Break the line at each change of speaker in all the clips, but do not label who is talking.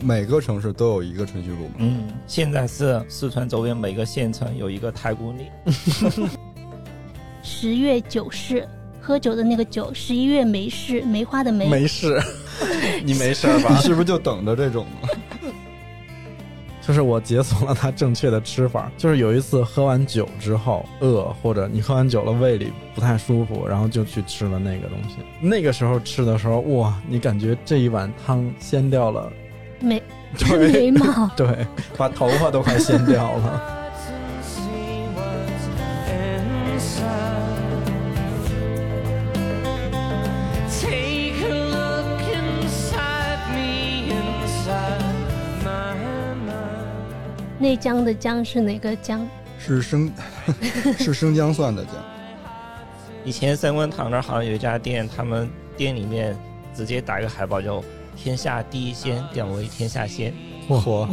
每个城市都有一个春熙路吗？
嗯，现在是四川周边每个县城有一个太古里。
十月九是喝酒的那个酒，十一月梅是梅花的梅。
没事，你没事儿
你
吧？
是不是就等着这种啊呢？
就是我解锁了它正确的吃法，就是有一次喝完酒之后饿，或者你喝完酒了胃里不太舒服，然后就去吃了那个东西。那个时候吃的时候，哇，你感觉这一碗汤掀掉了，
眉眉
对，
毛
对，把头发都快掀掉 了。
Take a look inside me, inside my mind.
内江的江是哪个江？
是生 是生姜蒜的姜，
以前三观堂那儿好像有一家店，他们店里面直接打一个海报叫“天下第一鲜”，点为“天下鲜
嚯！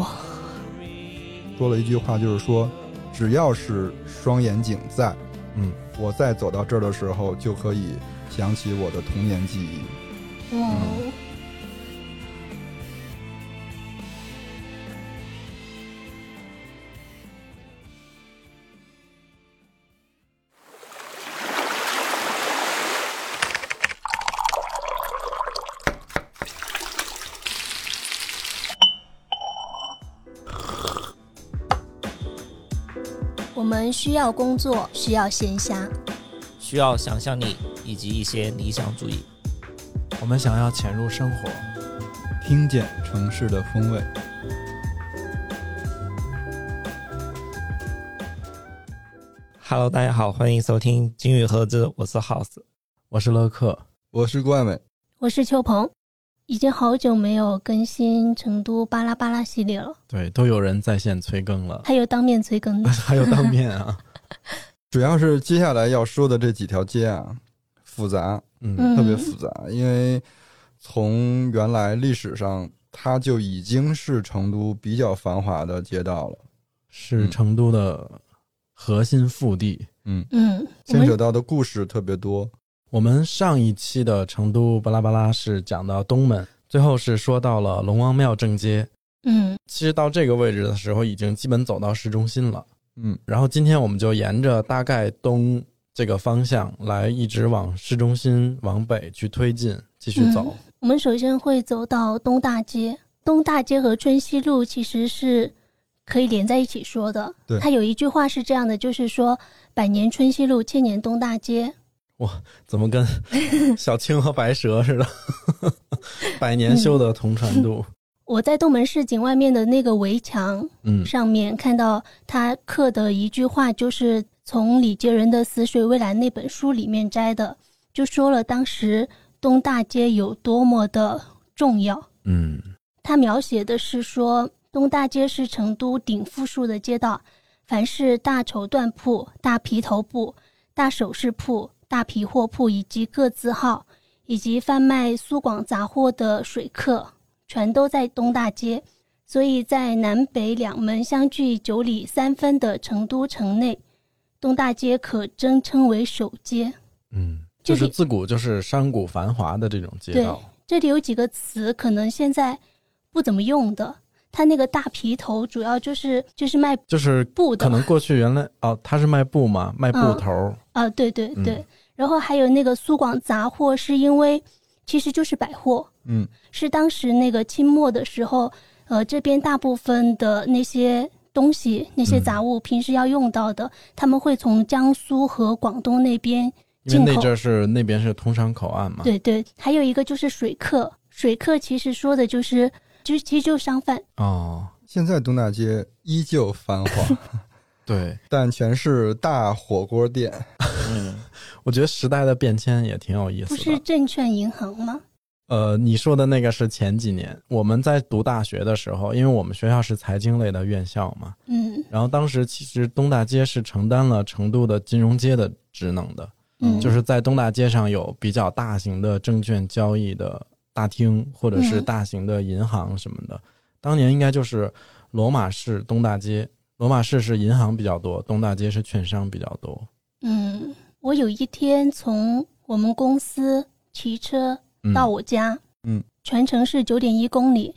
说了一句话，就是说，只要是双眼井在，
嗯，
我再走到这儿的时候，就可以想起我的童年记忆。
哇哦，我们需要工作，需要闲暇，”，
需要想象力以及一些理想主义。
我们想要潜入生活，
听见城市的风味，
Hello，大家好，欢迎收听《金鱼合资》，我是 House。
我是乐克，
我是怪美，
我是秋鹏，已经好久没有更新成都巴拉巴拉系列了，
对，都有人在线催更了，
还有当面催更的。
还有当面啊，
主要是接下来要说的这几条街啊，复杂，
嗯，
嗯，
特别复杂，因为从原来历史上。它就已经是成都比较繁华的街道了，
是成都的核心腹地。
嗯，
嗯，我
牵扯
们
到的故事特别多，
我们上一期的成都巴拉巴拉是讲到东门，最后是说到了龙王庙正街。
嗯
其实到这个位置的时候，已经基本走到市中心了。
嗯，
然后今天我们就沿着大概东这个方向来，一直往市中心往北去推进，继续走。
我们首先会走到东大街，东大街和春熙路其实是可以连在一起说的。
对
它有一句话是这样的，就是说“百年春熙路，千年东大街
怎么跟小青和白蛇似的？ 百年修得同船渡。”。
我在东门市井外面的那个围墙
嗯，
上面看到他刻的一句话，就是从李杰仁的《死水微澜》那本书里面摘的，就说了当时东大街有多么的重要。
嗯，
他描写的是说，东大街是成都顶富庶的街道，凡是大绸缎铺、大皮头铺、大首饰铺、大皮货铺以及各字号，以及贩卖苏广杂货的水客，全都在东大街。所以在南北两门相距九里三分的成都城内，东大街可真称为首街。
嗯，
这
就
里
是自古就是商贾繁华的这种街道。
这里有几个词可能现在不怎么用的。它那个大皮头主要就是就是卖
就是
布
可
的，
能过去 原来哦，他是卖布嘛，卖布头儿。
啊，对对
嗯
对。然后还有那个苏广杂货，是因为其实就是百货，
嗯，
是当时那个清末的时候，呃，这边大部分的那些东西、那些
嗯
杂物，平时要用到的，他们会从江苏和广东那边
因为
进
那
口
阵儿是那边是通商口岸嘛，
对对，还有一个就是水客，水客其实说的就是，就是其实就是商贩，
哦，
现在东大街依旧繁华，
对，
但全是大火锅店。
嗯，
我觉得时代的变迁也挺有意
不
思
是
的。
证券银行吗？
呃，你说的那个是前几年我们在读大学的时候，因为我们学校是财经类的院校嘛，
嗯
然后当时其实东大街是承担了成都的金融街的职能的，
嗯，
就是在东大街上有比较大型的证券交易的大厅，或者
嗯
是大型的银行什么的。当年应该就是罗马市东大街，罗马市是银行比较多，东大街是券商比较多。
嗯，我有一天从我们公司骑车
嗯，
到我家，
嗯，
全程是九点一公里。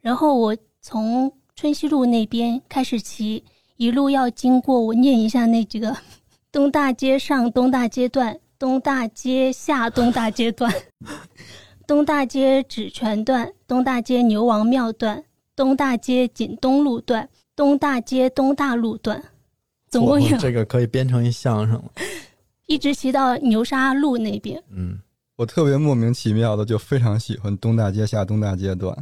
然后我从春熙路那边开始骑，一路要经过，我念一下那几个： 东大街上、东大街段、东大街下、东大街 段、东大街纸泉段、东大街牛王庙段、东大街锦东路段、东大街东大路段，总共
我
有
这个可以编成一相声了。
一直骑到牛沙路那边。
嗯，
我特别莫名其妙的就非常喜欢东大街下东大街段，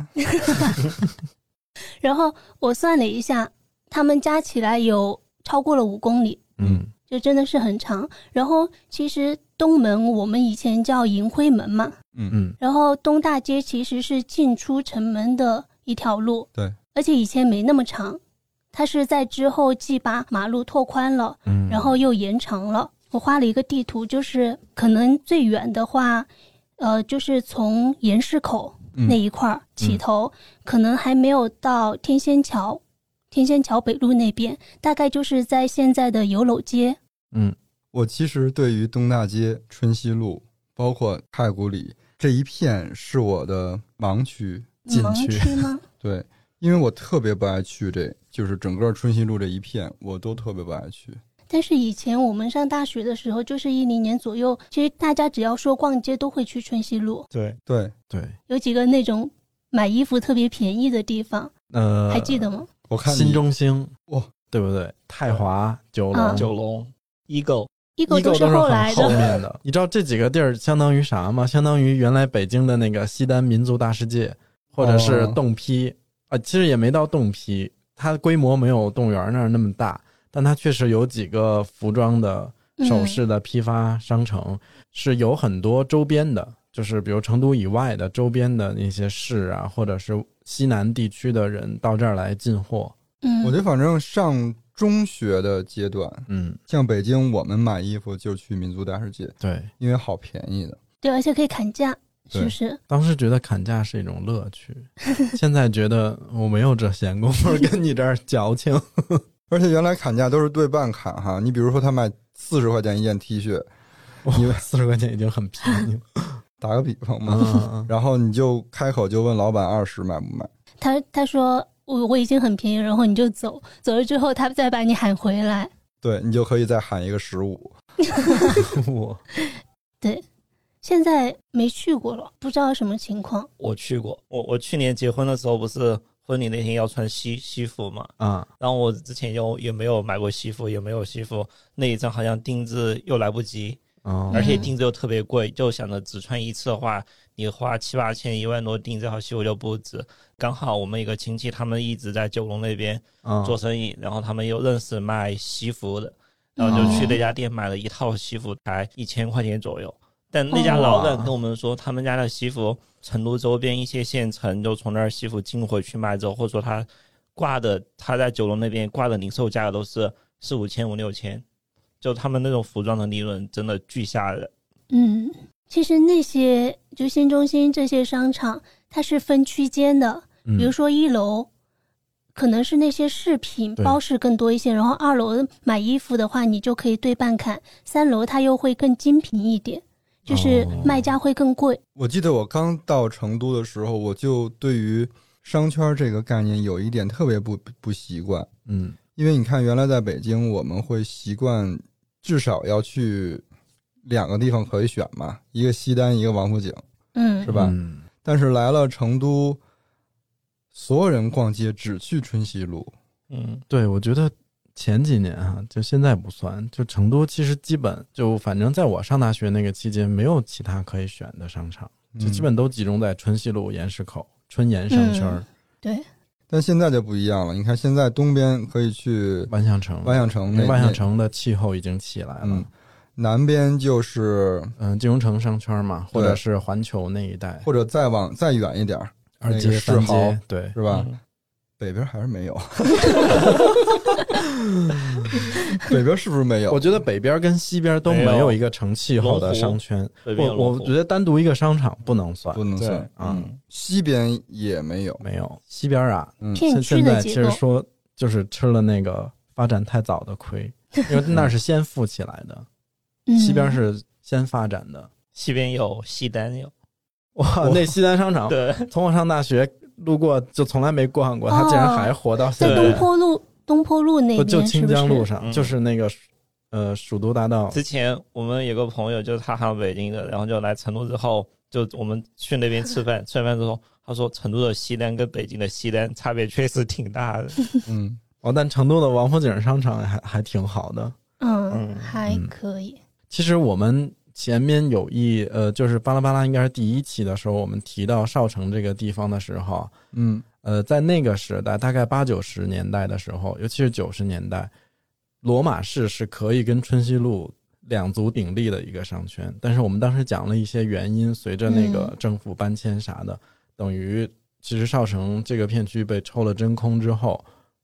然后我算了一下，他们加起来有超过了五公里，
嗯，
就真的是很长。然后其实东门我们以前叫银辉门嘛，
嗯
嗯，
然后东大街其实是进出城门的一条路，
对，
而且以前没那么长，它是在之后既把马路拓宽了，
嗯，
然后又延长了。我画了一个地图，就是可能最远的话，呃，就是从盐市口
嗯
那一块儿起头，
嗯
可能还没有到天仙桥，天仙桥北路那边，大概就是在现在的游篓街。
嗯，
我其实对于东大街、春熙路，包括太古里这一片是我的盲区。
进
盲
去
区 吗？
对，因为我特别不爱去这，就是整个春熙路这一片，我都特别不爱去。
但是以前我们上大学的时候，就是一零年左右，其实大家只要说逛街，都会去春熙路，
对，
对，
对，
有几个那种买衣服特别便宜的地方，
呃，
还记得吗？
我看你
新中兴
哇，
对不对？太华、九
啊
龙、
九龙、Eagle，
一
一
都
都
是
是很
后来
后
的，
面的。你知道这几个地儿相当于啥吗？相当于原来北京的那个西单民族大世界，或者是
哦
洞批啊、其实也没到洞批，它规模没有动物园那儿那么大，但它确实有几个服装的首
嗯
饰的批发商城、是有很多周边的，就是比如成都以外的周边的那些市啊，或者是西南地区的人到这儿来进货。
嗯，
我觉得反正上中学的阶段，
嗯，
像北京，我们买衣服就去民族大世界，
对，
因为好便宜的。
对，而且可以砍价，是
对
不是？
当时觉得砍价是一种乐趣， 现在觉得我没有这闲工夫跟你这儿 矫情。
而且原来砍价都是对半砍哈，你比如说他卖四十块钱一件 T 恤，
因为四十块钱已经很便宜了。
打个比方嘛，
嗯，
然后你就开口就问老板二十买不买？
他他说我我已经很便宜，然后你就走，走了之后他再把你喊回来。
对你就可以再喊一个十五。
我
现在没去过了，不知道什么情况。
我去过。我我去年结婚的时候，不是婚礼那天要穿西西服嘛，
啊，
然后我之前又也没有买过西服，也没有西服，那一张好像定制又来不及，
哦
而且定制又特别贵，就想着只穿一次的话，你花七八千、一万多订这套西服就不止。刚好我们一个亲戚，他们一直在九龙那边
啊
做生意，然后他们又认识卖西服的，然后就
嗯
去
哦
那家店买了一套西服，才一千块钱左右。但那家老板
哇
跟我们说，他们家的西服，成都周边一些县城就从那儿西服进回去卖之后，或者说他挂的，他在九龙那边挂的零售价格都是四五千、五六千，就他们那种服装的利润真的巨吓人。
嗯，其实那些就新中心这些商场，它是分区间的，
嗯
比如说一楼。可能是那些饰品、
对
包饰更多一些，然后二楼买衣服的话，你就可以对半砍；三楼它又会更精品一点，就是
哦
卖家会更贵。
我记得我刚到成都的时候，我就对于商圈这个概念有一点特别不不习惯，
嗯
因为你看原来在北京，我们会习惯至少要去两个地方可以选嘛，一个西单，一个王府井，
嗯
是，吧？
嗯
但是来了成都，所有人逛街只去春熙路，
嗯，
对，我觉得前几年啊，就现在不算，就成都其实基本就反正在我上大学那个期间，没有其他可以选的商场，就基本
嗯
都集中在春熙路、盐市口、春盐商圈、
嗯对，
但现在就不一样了。你看现在东边可以去
万象城。
嗯万象城那，
嗯万象
那
城的气候已经起来了，
嗯，南边就是
嗯，金融城商圈嘛，或
对
者是环球那一带，
或者再往再远一点儿
二
那
街、
个
三
世豪
街，对，
是
是
吧？？北边还是没有， 北边是不是没有？
我觉得北边跟西边都没
没
有
有
一个成气候的商圈，
对面
我
有龙
我
湖
觉得单独一个商场不能算，
不能
对
算
啊、
嗯西边也没有，
没有西边啊，
嗯，
片
现
区
现
的
在
结
其
构
实。说就是吃了那个发展太早的亏，因为那是先富起来的，
嗯
西边是先发展的。
西边有，西单有，
哇，那西单商场，
对，
从我上大学路过就从来没逛过，他竟然还活到现
哦在
对
东
在，
坡路东坡路那
不
边是
就
不是？
清江路上，
嗯
就是那个呃蜀都大道，
之前我们有个朋友，就是他好像北京的，然后就来成都之后，就我们去那边吃饭，吃完饭之后，他说成都的西单跟北京的西单差别确实挺大的。
嗯，
哦，但成都的王府井商场还还挺好的。
嗯
嗯，还可以。
其实我们前面有一呃，就是巴拉巴拉应该是第一期的时候，我们提到少城这个地方的时候，啊
嗯，
呃，在那个时代，大概八九十年代的时候，尤其是九十年代，罗马市是可以跟春熙路两足鼎立的一个商圈。但是我们当时讲了一些原因，随着那个
嗯
政府搬迁啥的，等于其实少城这个片区被抽了真空之后，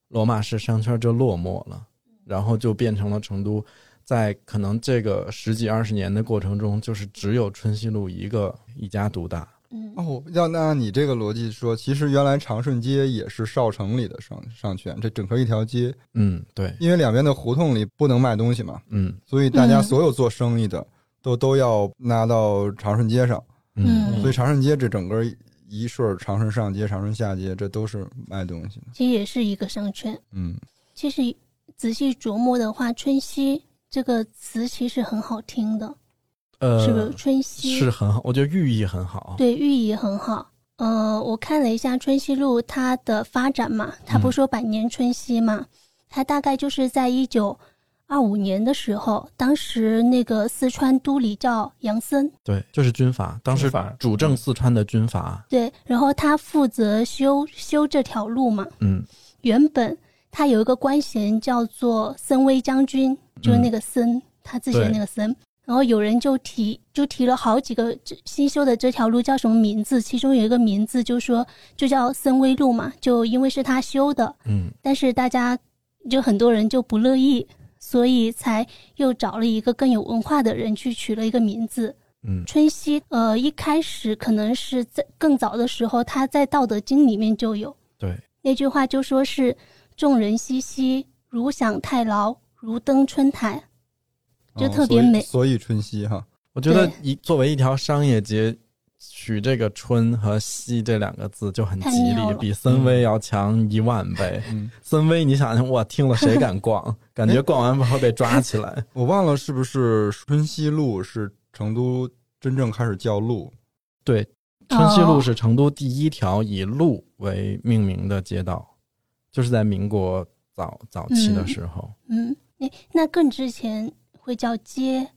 罗马市商圈就落寞了，然后就变成了成都。在可能这个十几二十年的过程中，就是只有春熙路一个一家独大，
嗯，
哦，要那按你这个逻辑说，其实原来长顺街也是少城里的商商圈，这整个一条街，
嗯，对，
因为两边的胡同里不能卖东西嘛，
嗯
所以大家
嗯
所有做生意的都都要拉到长顺街上，
嗯
所以长顺街这整个一顺儿长顺上街、长顺下街，这都是卖东西的。
其实也是一个商圈。
嗯
其实仔细琢磨的话，“春熙”这个词其实很好听的，
呃，
是不是？春熙
是很好，我觉得寓意很好。
嗯对寓意很好。呃，我看了一下春熙路它的发展嘛，它不
嗯
说百年春熙嘛，它大概就是在一九二五年的时候，当时那个四川都理叫杨森，
对就是军阀，当时
军阀
主政四川的军阀。
对，然后他负责修修这条路嘛，
嗯，
原本他有一个官衔叫做森威将军，就是那个森，他自己的那个森。然后有人就提，就提了好几个这新修的这条路叫什么名字，其中有一个名字就说就叫森威路嘛，就因为是他修的，
嗯，
但是大家就很多人就不乐意，所以才又找了一个更有文化的人去取了一个名字。
嗯
春熙，呃，一开始可能是在更早的时候，他在《道德经》里面就有，
对，
那句话就说是“众人熙熙，如享太牢，如登春台就
哦
特别
所以
美
所以春熙哈，
我觉得
对
一作为一条商业街，取这个“春”和“熙”这两个字就很
太
吉
妙
利，
了
比
嗯
森威要强一万倍。
嗯，
森威，你想想，哇，听了谁 敢逛？感觉逛完会被抓起来。
我忘了是不是春熙路是成都真正开始叫路，
对，春熙路
哦
是成都第一条以路为命名的街道，就是在民国早早期的
嗯
时候。”。
嗯，那那更之前会叫街，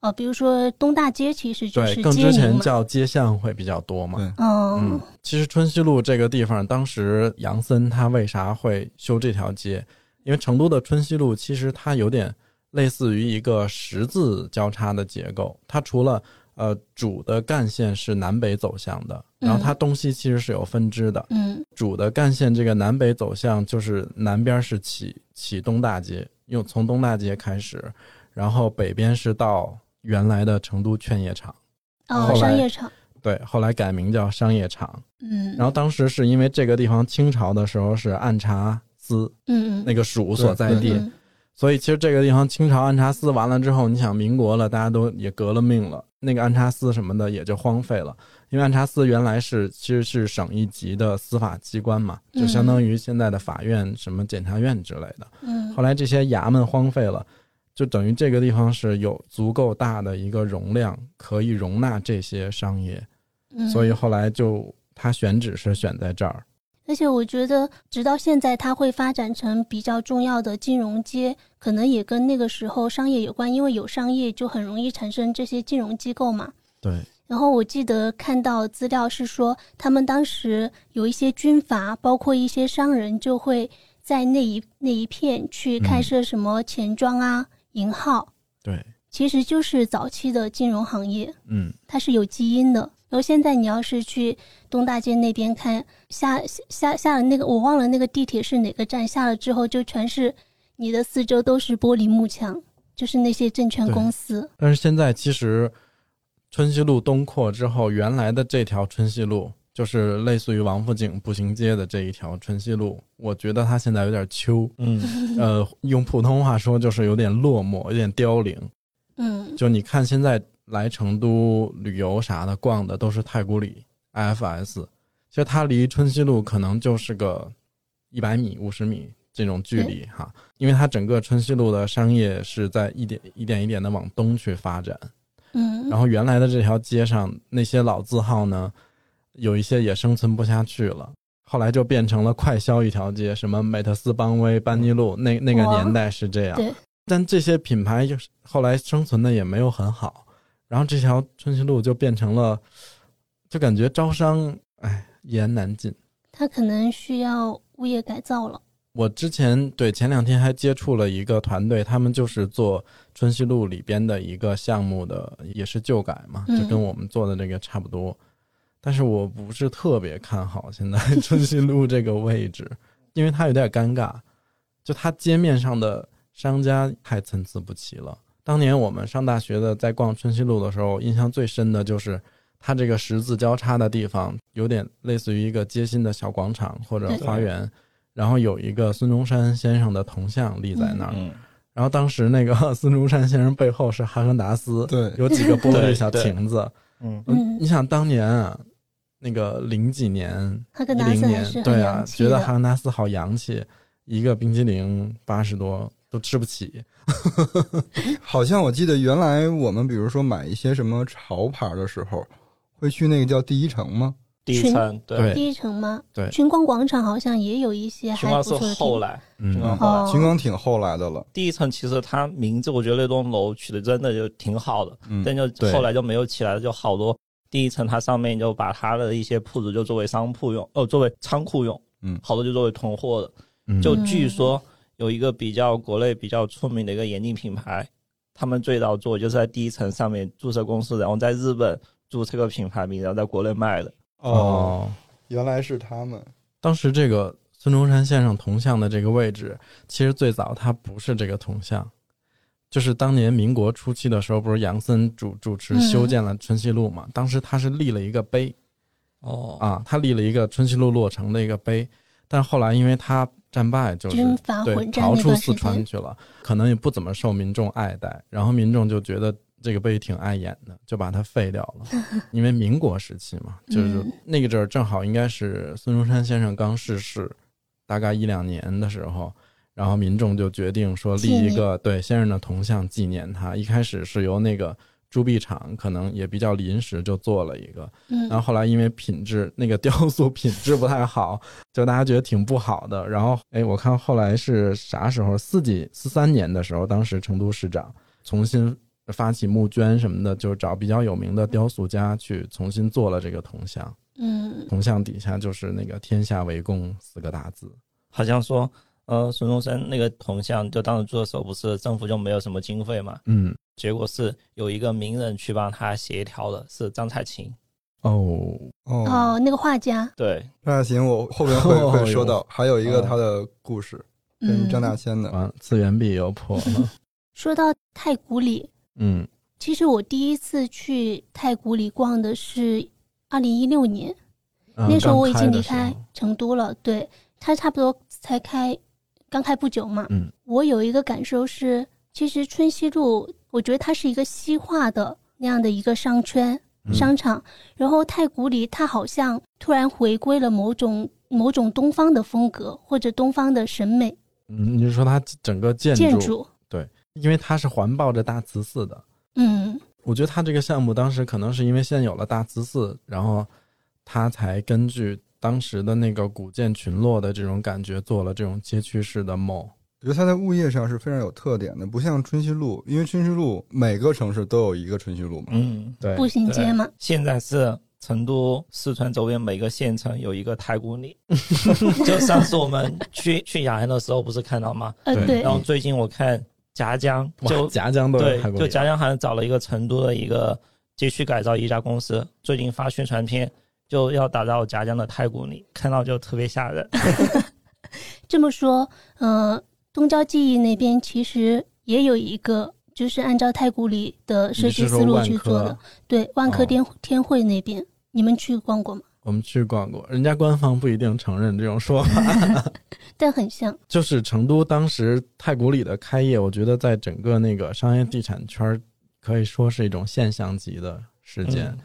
哦、比如说东大街其实就
对，
是
更
街
之前
名嘛。
叫街巷会比较多嘛。
对
嗯
嗯，其实春熙路这个地方，当时杨森他为啥会修这条街？因为成都的春熙路其实它有点类似于一个十字交叉的结构，它除了呃主的干线是南北走向的，然后它东西其实是有分支的。
嗯
主的干线这个南北走向就是南边是起起东大街，用从东大街开始，然后北边是到原来的成都劝业场。
哦
后，来
商业场，
对，后来改名叫商业场。
嗯，
然后当时是因为这个地方清朝的时候是按察司
嗯嗯
那个蜀所在
对
地，
嗯
所以其实这个地方清朝按察司完了之后，你想民国了，大家都也革了命了，那个按察司什么的也就荒废了。因为按察司原来是其实是省一级的司法机关嘛，就相当于现在的法院、什么检察院之类的。
嗯，
后来这些衙门荒废了，就等于这个地方是有足够大的一个容量，可以容纳这些商业。
嗯
所以后来就他选址是选在这儿。
而且我觉得，直到现在，它会发展成比较重要的金融街，可能也跟那个时候商业有关，因为有商业就很容易产生这些金融机构嘛。
对，
然后我记得看到资料是说，他们当时有一些军阀，包括一些商人，就会在那一那一片去开设什么钱庄啊、银号，
对，
其实就是早期的金融行业。
嗯，
它是有基因的。然后现在你要是去东大街那边看，下下下了那个我忘了那个地铁是哪个站，下了之后就全是你的四周都是玻璃幕墙，就是那些证券公司。
但是现在其实春熙路东扩之后，原来的这条春熙路就是类似于王府井步行街的这一条春熙路，我觉得它现在有点秋，
嗯，
呃，用普通话说就是有点落寞，有点凋零。
嗯，
就你看现在来成都旅游啥的，逛的都是太古里、IFS，其实它离春熙路可能就是个一百米、五十米这种距离哈，因为它整个春熙路的商业是在一点一点一点的往东去发展，
嗯，
然后原来的这条街上那些老字号呢，有一些也生存不下去了。后来就变成了快消一条街，什么美特斯邦威、班尼路，那那个
嗯哇
年代是这样。
对，
但这些品牌就是后来生存的也没有很好，然后这条春熙路就变成了，就感觉招商哎一言难尽。
它可能需要物业改造了。
我之前对前两天还接触了一个团队，他们就是做春熙路里边的一个项目的，也是旧改嘛，就
嗯
跟我们做的这个差不多。但是我不是特别看好现在 春熙路这个位置，因为它有点尴尬，就它街面上的商家太参差不齐了。当年我们上大学的，在逛春熙路的时候，印象最深的就是它这个十字交叉的地方，有点类似于一个街心的小广场或者
对
花园，然后有一个孙中山先生的铜像立在那儿。
嗯，
然后当时那个孙中山先生背后是哈根达斯，
对
有几个玻璃
对
小
对
亭子。
嗯
嗯
你想当年啊，那个零几年、
哈
一
根达
零
斯还
年
是，很
对啊，
洋气
觉得哈
的，
根达斯好洋气，一个冰激凌八十多都吃不起。
好像我记得原来我们比如说买一些什么潮牌的时候，会去那个叫第一城吗？
第一
群
层对，
对
第一城吗？
对
军光广场好像也有一些
群
还
光是
不错的地
后
方。
来，
嗯
群光后来。
哦，
秦光挺后来的了，
第一层其实它名字，我觉得那栋楼取的真的就挺好的，
嗯，
但就
对
后来就没有起来了，就好多第一层它上面就把它的一些铺子就作为商铺用，哦，作为仓库用，
嗯
好多就作为囤货的。
嗯
就
嗯
据说有一个比较国内比较出名的一个眼镜品牌，他们最早做就是在第一层上面注册公司，然后在日本注册个品牌名，然后在国内卖的。
哦，，原来是他们，
当时这个孙中山先生铜像的这个位置，其实最早它不是这个铜像，就是当年民国初期的时候，不是杨森主主持
嗯
修建了春熙路嘛？当时他是立了一个碑
哦
啊，他立了一个春熙路落成的一个碑，但后来因为他战败，就是
军阀
对
混战
逃
那
出
段
四
时
川
间，
去了，可能也不怎么受民众爱戴，然后民众就觉得。这个碑挺碍眼的，就把它废掉 了。因为民国时期嘛，就是
嗯
那个阵儿正好应该是孙中山先生刚逝世，大概一两年的时候，然后民众就决定说立一个对先生的铜像纪念他。一开始是由那个铸币厂可能也比较临时就做了一个，然后
嗯，
后来因为品质那个雕塑品质不太好， 就大家觉得挺不好的。然后哎，我看后来是啥时候？四几四三年的时候，当时成都市长重新发起募捐什么的，就找比较有名的雕塑家去重新做了这个铜像。
嗯，
铜像底下就是那个“天下为公”四个大字。
好像说，呃，孙中山那个铜像就当时做的时候，不是政府就没有什么经费嘛，
嗯，
结果是有一个名人去帮他协调的，是张彩琴。
哦，
哦，
哦，那个画家，
对，
张大千我后 边会
哦
会说
哟
到，还有一个
哦
他的故事跟
嗯，
张大千的，
完，啊次元壁又破 了。
说到太古里，
嗯
其实我第一次去太古里逛的是二零一六年，
嗯
那时候我已经离
刚开的
开
时候
成都了，对，它差不多才开，刚开不久嘛。
嗯，
我有一个感受是，其实春熙路，我觉得它是一个西化的那样的一个商圈、
嗯
商场，然后太古里它好像突然回归了某种某种东方的风格或者东方的审美
嗯，你是说它整个建
建
筑，
筑，
因为它是环抱着大慈寺的。
嗯，
我觉得他这个项目当时可能是因为先有了大慈寺，然后他才根据当时的那个古建群落的这种感觉做了这种街区式的梦。
我觉得它在物业上是非常有特点的，不像春熙路，因为春熙路每个城市都有一个春熙路嘛，
嗯，
对
步行街嘛，
现在是成都、四川周边每个县城有一个太古里。就上次我们去 去雅安的时候，不是看到吗？
呃，
对
对
然，后最近我看夹江就
夹江都有
对
泰，国
就
人
夹江好像找了一个成都的一个街区改造一家公司，最近发宣传片。就要打造夹江的太古里，看到就特别吓人。
这么说，呃，东郊记忆那边其实也有一个，就是按照太古里的设
你
计
是
思
说
路
万
去做的
科，？
对，万科
哦
天、天汇那边，你们去逛过吗？
我们去逛过，人家官方不一定承认这种说 法。
但很像，
就是成都当时太古里的开业，我觉得在整个那个商业地产圈儿可以说是一种现象级的事件。
嗯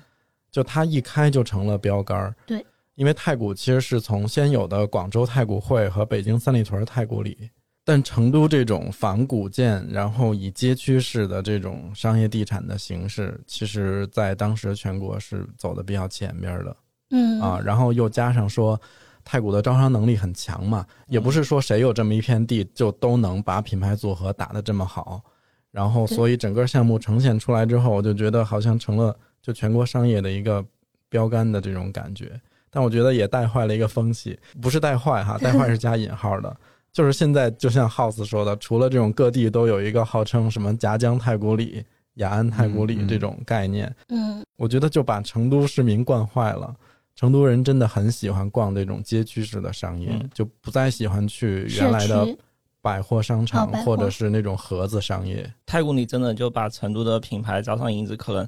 就它一开就成了标杆儿。
对，
因为太谷其实是从先有的广州太谷汇和北京三里屯太古里，但成都这种仿古建，然后以街区式的这种商业地产的形式，其实在当时全国是走的比较前边的。
嗯
啊，然后又加上说太古的招商能力很强嘛，也不是说谁有这么一片地就都能把品牌组合打得这么好，然后所以整个项目呈现出来之后，我就觉得好像成了就全国商业的一个标杆的这种感觉，但我觉得也带坏了一个风气，不是带坏哈，带坏是加引号的。就是现在，就像 House 说的，除了这种各地都有一个号称什么夹江太古里、雅安太古里
嗯嗯
这种概念，
嗯
我觉得就把成都市民惯坏了。成都人真的很喜欢逛这种街区式的商业，
嗯
就不再喜欢去原
社
来的
区
百货商场
哦百货
或者是那种盒子商业。
太古里真的就把成都的品牌招商引资可能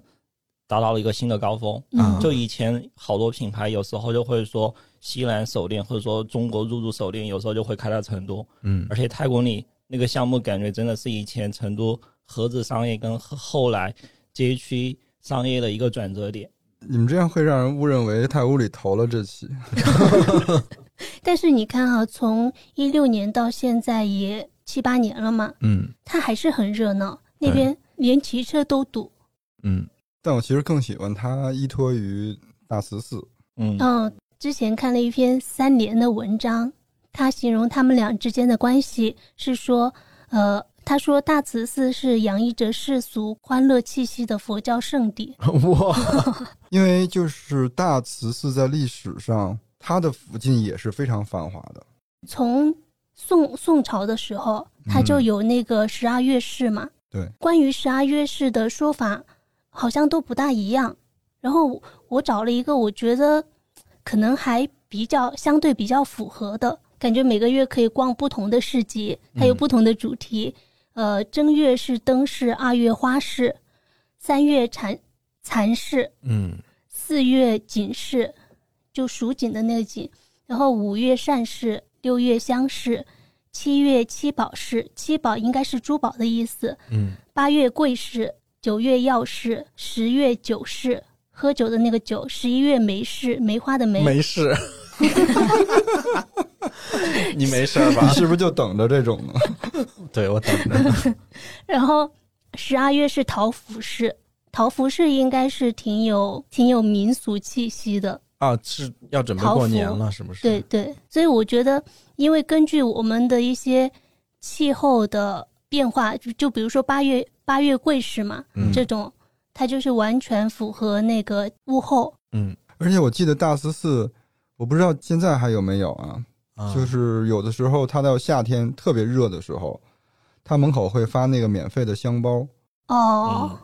达到了一个新的高峰。
嗯
啊
就以前好多品牌有时候就会说西兰手链，或者说中国入驻手链，有时候就会开到成都。
嗯
而且太古里那个项目，感觉真的是以前成都盒子商业跟后后来街区商业的一个转折点。
你们这样会让人误认为太古里投了这期，
但是你看哈、从一六年到现在也七八年了嘛，
嗯
它还是很热闹，那边连骑车都堵。
嗯，
但我其实更喜欢它依托于大慈寺。
嗯，
嗯，之前看了一篇三联的文章，他形容他们俩之间的关系是说，呃，他说大慈寺是洋溢着世俗欢乐气息的佛教圣地。
哇，
因为就是大慈寺在历史上，它的附近也是非常繁华的。
从宋宋朝的时候，它就
嗯
有那个十二月市嘛。
对，
关于十二月市的说法，好像都不大一样。然后我我找了一个，我觉得可能还比较相对比较符合的感觉，每个月可以逛不同的市集，它有
嗯
不同的主题。呃，正月是灯市，二月花市，三月禅禅市，
嗯
四月锦市，就蜀锦的那个锦，然后五月善市，六月乡市，七月七宝市，七宝应该是珠宝的意思，
嗯
八月贵市，九月药市，十月酒市，喝酒的那个酒，十一月梅市，梅花的梅，
没事， 你没 事儿
你
吧？
是不是就等着这种呢？
对我等着。
然后十二月是桃符市，桃符市应该是挺有挺有民俗气息的，
啊，是要准备
桃符
过年了，是不是？
对，对，所以我觉得，因为根据我们的一些气候的变化，就就比如说八月八月桂市嘛，
嗯
这种它就是完全符合那个物候。
嗯，
而且我记得大慈寺，我不知道现在还有没有啊？
啊
就是有的时候，它到夏天特别热的时候，它门口会发那个免费的香包，
嗯
哦，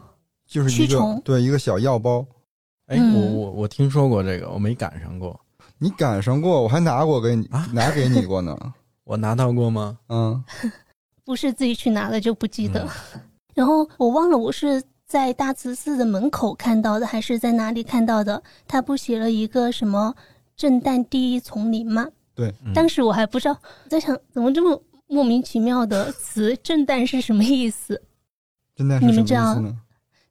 就是一
驱
个
虫
对一个小药包。
哎，
嗯
我我我听说过这个，我没赶上过。
你赶上过，我还拿过给你，
啊
拿给你过呢。
我拿到过吗？
嗯，
不是自己去拿的就不记得。 然后我忘了我是在大慈寺的门口看到的，还是在哪里看到的？他不写了一个什么“震旦第一丛林”吗？
嗯
当时我还不知道，我在想怎么这么莫名其妙的词“震旦”是什么意思？
真的是
你
什
们
么意
这样
思呢？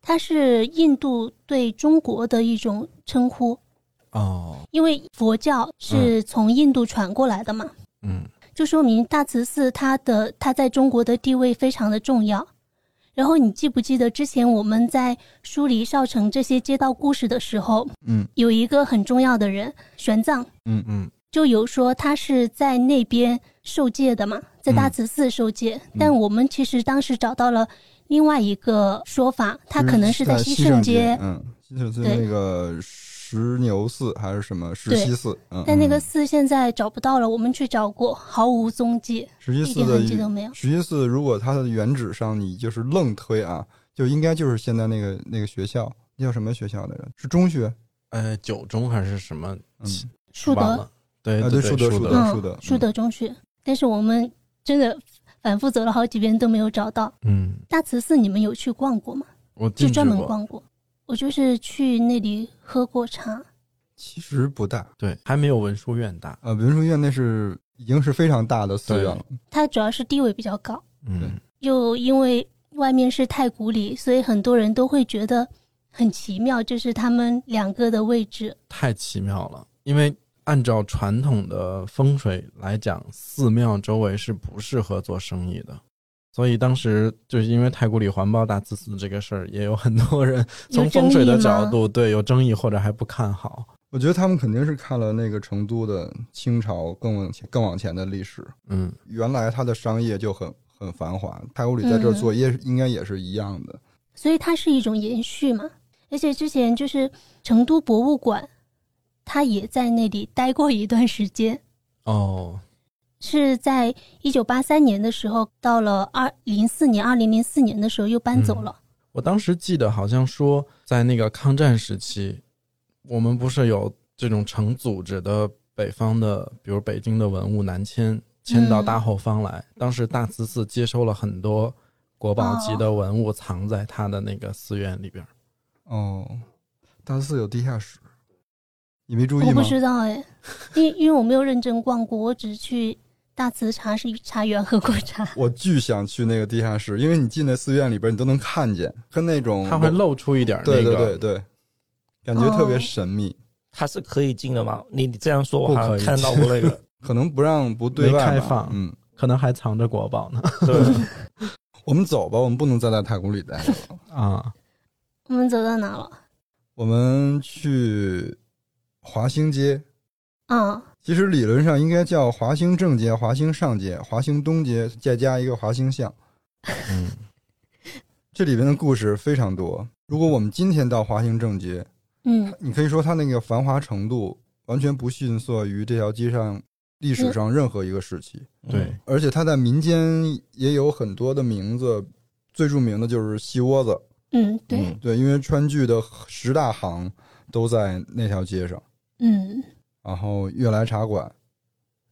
它是印度对中国的一种称呼，
哦，
因为佛教是从印度传过来的嘛，
嗯
就说明大慈寺它的它在中国的地位非常的重要。然后你记不记得之前我们在梳理少城这些街道故事的时候，
嗯
有一个很重要的人玄奘，
嗯
嗯
就有说他是在那边受戒的嘛，在大慈寺受戒。但我们其实当时找到了另外一个说法，他可能嗯是在西
西
圣
圣
街，
嗯，西圣街
对
那个石牛寺还是什么石
对
溪寺，嗯，
但那个寺现在找不到了，我们去找过，毫无踪迹，
石溪
一
寺
点
的
痕迹都没有。
石溪寺，如果它的原址上你就是愣推啊，就应该就是现在那个那个学校，那叫什么学校来着？是中学，
呃，九中还是什么？
嗯，
树
忘
德，
了，对
啊
对，
树德
树
树
德
德
嗯，
树德
树德中学，但是我们真的反复走了好几遍都没有找到。
嗯，
大慈寺你们有去逛过吗？
我
就
进去
专门
过，
逛过，我就是去那里喝过茶。
其实不大，
对，还没有文殊院大。
呃，文殊院那是已经是非常大的寺院了，
它主要是地位比较高，
嗯，
又因为外面是太古里，所以很多人都会觉得很奇妙，就是他们两个的位置。
太奇妙了，因为按照传统的风水来讲，寺庙周围是不适合做生意的。所以当时就是因为太古里环抱大慈寺这个事儿，也有很多人
有
从
争
风水的
议吗
角度对有争议或者还不看好。
我觉得他们肯定是看了那个成都的清朝更往前更往前的历史，
嗯，
原来它的商业就很很繁华，太古里在这
嗯
儿做也、应该也是一样的。
所以它是一种延续嘛。而且之前就是成都博物馆，它也在那里待过一段时间，
哦，
是在一九八三年的时候，到了二零四年，二零零四年的时候又搬走了。
我当时记得好像说，在那个抗战时期，我们不是有这种成组织的北方的，比如北京的文物南迁，迁到大后方来。当时大慈寺接收了很多国宝级的文物，藏在他的那个寺院里边儿。
哦，大寺有地下室，你嗯没注意
我不
吗？
知道哎， 因为因为我没有认真逛过，我只去大慈茶是茶园喝过茶。
我巨想去那个地下室，因为你进那寺院里边，你都能看见，跟那种
它会露出一点儿那
对
个，
嗯对对对，感觉特别神秘。
它是可以进的吗？你你这样说，我好
不可
像看
以
到过那个，
哦
可能不让不对外吧
没开放
嗯，
可能还藏着国宝呢。
对，
我们走吧，我们不能再在太古里待了。
啊，
我们走到哪了？
我们去华兴街，
啊、
其实理论上应该叫华兴正街、华兴上街、华兴东街，再加一个华兴巷。
嗯，
这里边的故事非常多。如果我们今天到华兴正街，
嗯，
你可以说它那个繁华程度完全不逊色于这条街上历史上任何一个时期，
对，
而且它在民间也有很多的名字，最著名的就是戏窝子。
嗯，对，
嗯对，因为川剧的十大行都在那条街上，
嗯，
然后悦来茶馆，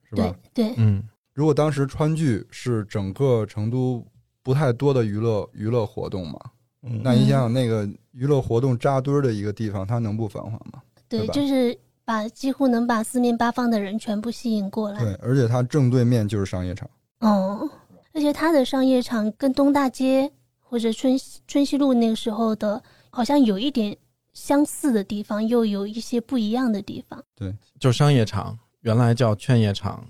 是吧
对？对，
嗯，
如果当时川剧是整个成都不太多的娱乐娱乐活动嘛，
嗯
那你想想那个娱乐活动扎堆儿的一个地方，它能不繁华吗？
对，
对吧
就是把几乎能把四面八方的人全部吸引过来。
对，而且它正对面就是商业场。
哦，而且它的商业场跟东大街或者春熙春熙路那个时候的，好像有一点相似的地方，又有一些不一样的地方。
就商业场原来叫劝业场，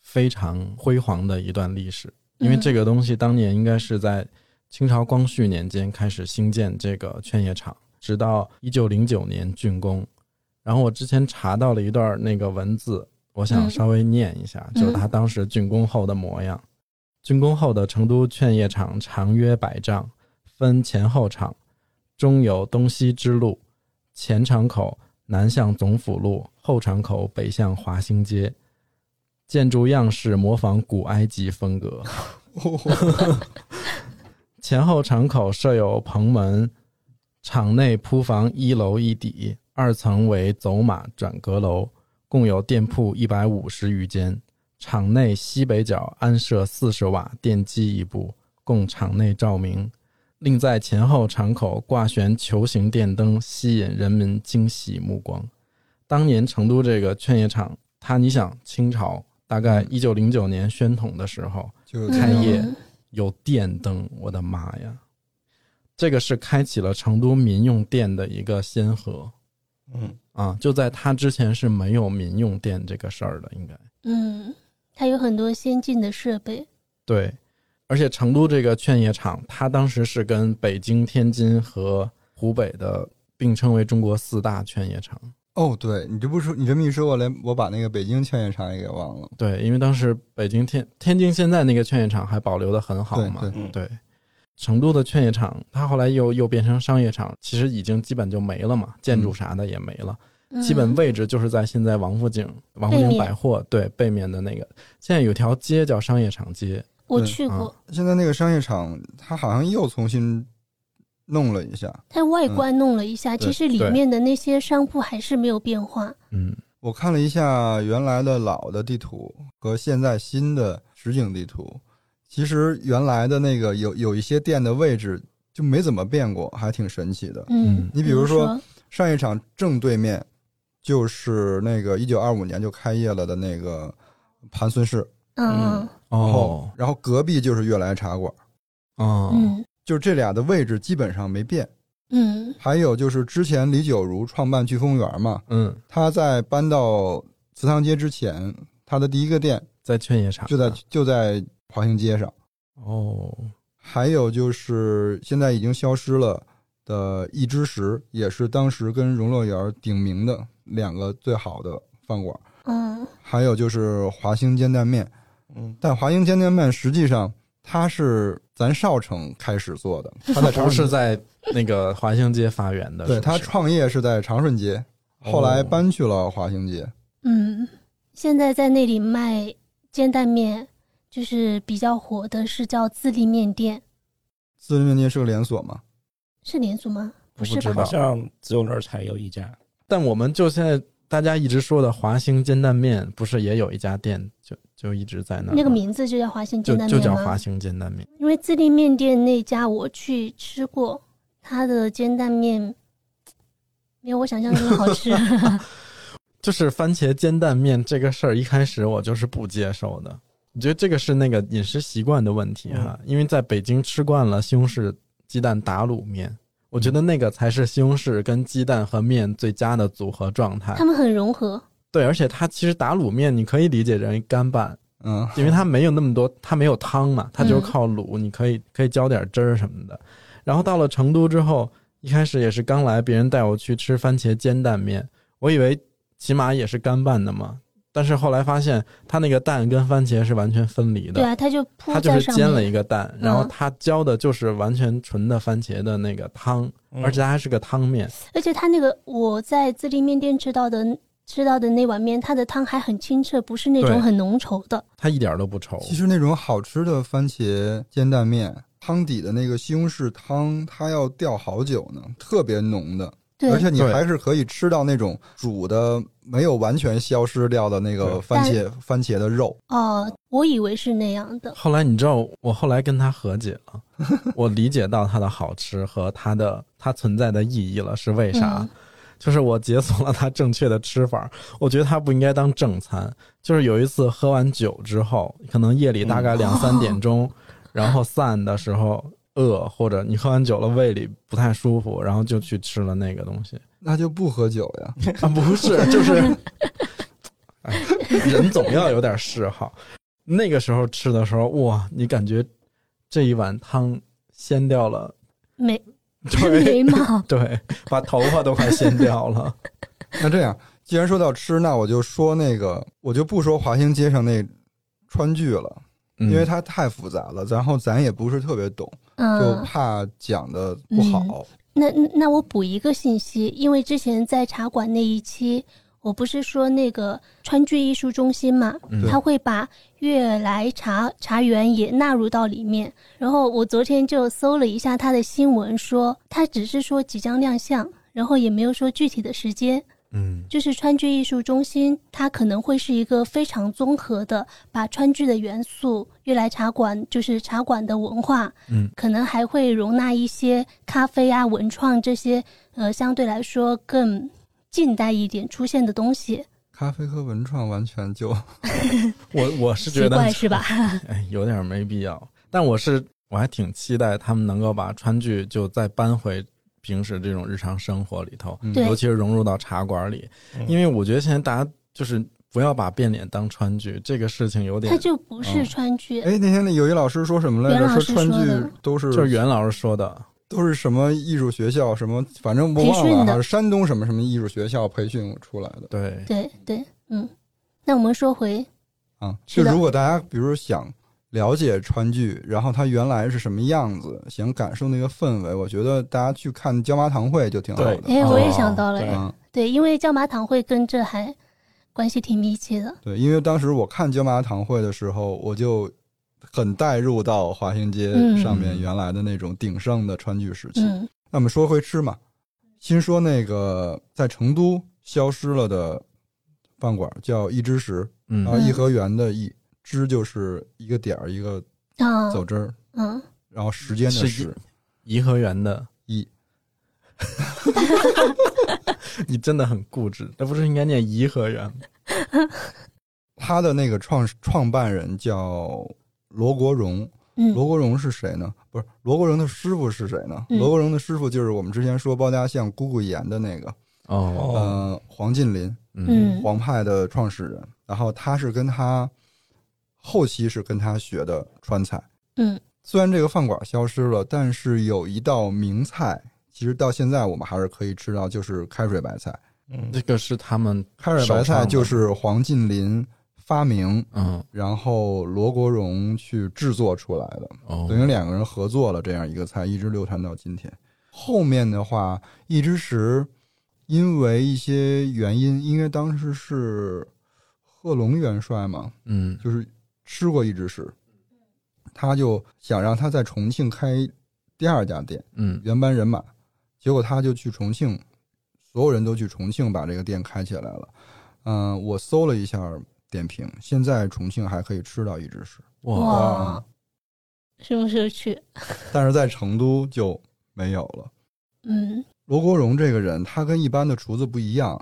非常辉煌的一段历史。因为这
个，
个东西当年应该是在清朝光绪年间开始兴建这个劝业场，直到一九零九年竣工。然后我之前查到了一段那个文字，我想
嗯
稍微念一下，
嗯
就是他当时竣工后的模样。竣工后的成都劝业场长约百丈，分前后场，中有东西之路，前场口南向总府路，后场口北向华兴街。建筑样式模仿古埃及风格，前后场口设有棚门，场内铺房一楼一底，二层为走马转阁楼，共有店铺一百五十余间。场内西北角安设四十瓦电机一部，供场内照明。另在前后场口挂悬球形电灯，吸引人民惊喜目光。当年成都这个劝业场，它你想清朝大概一九零九年宣统的时候，
就
开
这样
业
嗯
有电灯，我的妈呀！这个是开启了成都民用电的一个先河
嗯，
啊！就在它之前是没有民用电这个事儿的，应该
嗯，它有很多先进的设备。
对。而且成都这个劝业场，它当时是跟北京、天津和湖北的并称为中国四大劝业场。
哦，对你这不说，你这么一说，我连我把那个北京劝业场也给忘了。
对，因为当时北京天天津现在那个劝业场还保留的很好
对
嘛，
对，
嗯
对，成都的劝业场，它后来又又变成商业场，其实已经基本就没了嘛，建筑啥的也没了，
嗯、
基本位置就是在现在王府井王府
背
井
面
百货对背面的那个，现在有条街叫商业场街，
我
对
去过，
现在那个商业场，它好像又重新弄了一下。
它外观弄了一下，
对
其实里
对
面的那些商铺还是没有变化。
嗯，
我看了一下原来的老的地图和现在新的实景地图，其实原来的那个有有一些店的位置就没怎么变过，还挺神奇的。
嗯，
你比
比
如说
说，
上一场正对面就是那个一九二五年就开业了的那个盘孙市，
嗯
然后、然后隔壁就是悦来茶馆，
哦，
嗯
就这俩的位置基本上没变。
嗯
还有就是之前李九如创办飓风园嘛，
嗯
他在搬到祠堂街之前，它的第一个店
在劝业场啊
就在就在华兴街上。
哦，
还有就是现在已经消失了的一之石，也是当时跟荣乐园顶名的两个最好的饭馆。
嗯
还有就是华兴煎蛋面，
嗯，
但华兴煎蛋面实际上它是咱少城开始做的，它在
它
长
不是
顺街，
在那个华兴街发源的，
对，
它
它创业是在长顺街，后来
哦
搬去了华兴街。
嗯，现在在那里卖煎蛋面，就是比较火的是叫自力面店，
自力面店是个连锁嘛？
是连锁吗？不是
不知
吧？
好像只有那儿才有一家。
但我们就现在大家一直说的华兴煎蛋面，不是也有一家店就就一直在那儿吗
那个名字就叫华兴
就
煎蛋
就
面
叫
吗
华？兴煎蛋面，
因为自力面店那家我去吃过，它的煎蛋面没有我想象中的好 吃。
就是番茄煎蛋面这个事儿，一开始我就是不接受的。我觉得这个是那个饮食习惯的问题哈，因为在北京吃惯了西红柿鸡蛋打卤面，我觉得那个才是西红柿跟鸡蛋和面最佳的组合状态
他。们很融合，
对，而且它其实打卤面，你可以理解成干拌，
嗯，
因为它没有那么多，它没有汤嘛，它就是
嗯
靠卤，你可以可以浇点汁儿什么的。然后到了成都之后，一开始也是刚来，别人带我去吃番茄煎蛋面，我以为起码也是干拌的嘛，但是后来发现它那个蛋跟番茄是完全分离的，
对啊，它就铺
它就
在
是
上
煎了一
面，嗯
个蛋，然后它浇的就是完全纯的番茄的那个汤，
嗯
而且它还是个汤面，
而且它那个我在自力面店吃到的吃到的那碗面，它的汤还很清澈，不是那
对
种很浓稠的。
它一点儿都不稠。
其实那种好吃的番茄煎蛋面，汤底的那个西红柿汤，它要吊好久呢，特别浓的。
对，
而且你
对
还是可以吃到那种煮的没有完全消失掉的那
对
个番茄番茄的肉。
哦，我以为是那样的。
后来你知道，我后来跟他和解了， 我理解到它的好吃和它的它存在的意义了，是为啥？啊
嗯
就是我解锁了它正确的吃法，我觉得它不应该当正餐。就是有一次喝完酒之后，可能夜里大概两三点钟，然后散的时候饿，或者你喝完酒了胃里不太舒服，然后就去吃了那个东西。
那就不喝酒呀，
啊，不 是，就是，哎，人总要有点嗜好。那个时候吃的时候，哇，你感觉这一碗汤掀掉了，
眉眉
对，
毛
对，把头发都快掀掉了。
那这样，既然说到吃，那我就说那个，我就不说华兴街上那川剧了，
嗯
因为它太复杂了，然后咱也不是特别懂，就
嗯，
怕讲的不好。
那那我补一个信息，因为之前在茶馆那一期，我不是说那个川剧艺术中心嘛，
嗯
他会把悦来茶茶园也纳入到里面。然后我昨天就搜了一下他的新闻说他只是说即将亮相，然后也没有说具体的时间。
嗯，
就是川剧艺术中心，它可能会是一个非常综合的，把川剧的元素、悦来茶馆就是茶馆的文化，
嗯，
可能还会容纳一些咖啡啊、文创这些，呃，相对来说更近代一点出现的东西，
咖啡和文创完全就
我我是
奇
觉得
怪是吧？
哎，有点没必要。但我是我还挺期待他们能够把川剧就再搬回平时这种日常生活里头，
嗯
对
尤其是融入到茶馆里，
嗯
因为我觉得现在大家就是不要把变脸当川剧这个事情有点
它。就不是
嗯
川剧，
哎，那天那有一老师说什么来
袁
着？
老
说
师
川
说的
剧都是
就是袁老师说的，
都是什么艺术学校什么，反正我
培
忘
训
了，好
的
像山东什么什么艺术学校培训出来的。
对，
对对，嗯。那我们说回，
啊，
是
就
的
如果大家比如想了解川剧，然后它原来是什么样子，想感受那个氛围，我觉得大家去看椒麻堂会就挺好的。
对
哎，我也
哦
想到了，
对
嗯，
对，因为椒麻堂会跟这还关系挺密切的，
对，因为当时我看椒麻堂会的时候，我就很带入到华兴街
嗯
上面
嗯
原来的那种鼎盛的川剧时期。
嗯
那我们说回吃嘛，先说那个在成都消失了的饭馆叫一之石，然后
嗯
颐和园的一之就是一个点儿一个
啊，
走之儿，
嗯。
然后时间的
是一
时。
颐和园的
颐，
你真的很固执，那不是应该念颐和园吗？
他的那个创创办人叫罗国荣，
嗯
罗国荣是谁呢？不是罗国荣的师傅是谁呢？
嗯
罗国荣的师傅就是我们之前说包家巷姑姑岩的那个，
哦，
哦
呃，黄近林。
嗯
黄派的创始人，然后他是跟他后期是跟他学的川菜。
嗯
虽然这个饭馆消失了，但是有一道名菜，其实到现在我们还是可以吃到，就是开水白菜。
嗯
这个是他们
开水白
手唱
菜
的
就是黄晋林发明，
嗯
然后罗国荣去制作出来的，
哦
等于两个人合作了这样一个菜，一直流传到今天。后面的话，一之时因为一些原因，因为当时是贺龙元帅嘛，
嗯
就是吃过一只食，他就想让他在重庆开第二家店，
嗯
原班人马，结果他就去重庆，所有人都去重庆把这个店开起来了。嗯、我搜了一下点评，现在重庆还可以吃到一只食，
哇
哇什么时候去？
但是在成都就没有了。
嗯
罗国荣这个人，他跟一般的厨子不一样。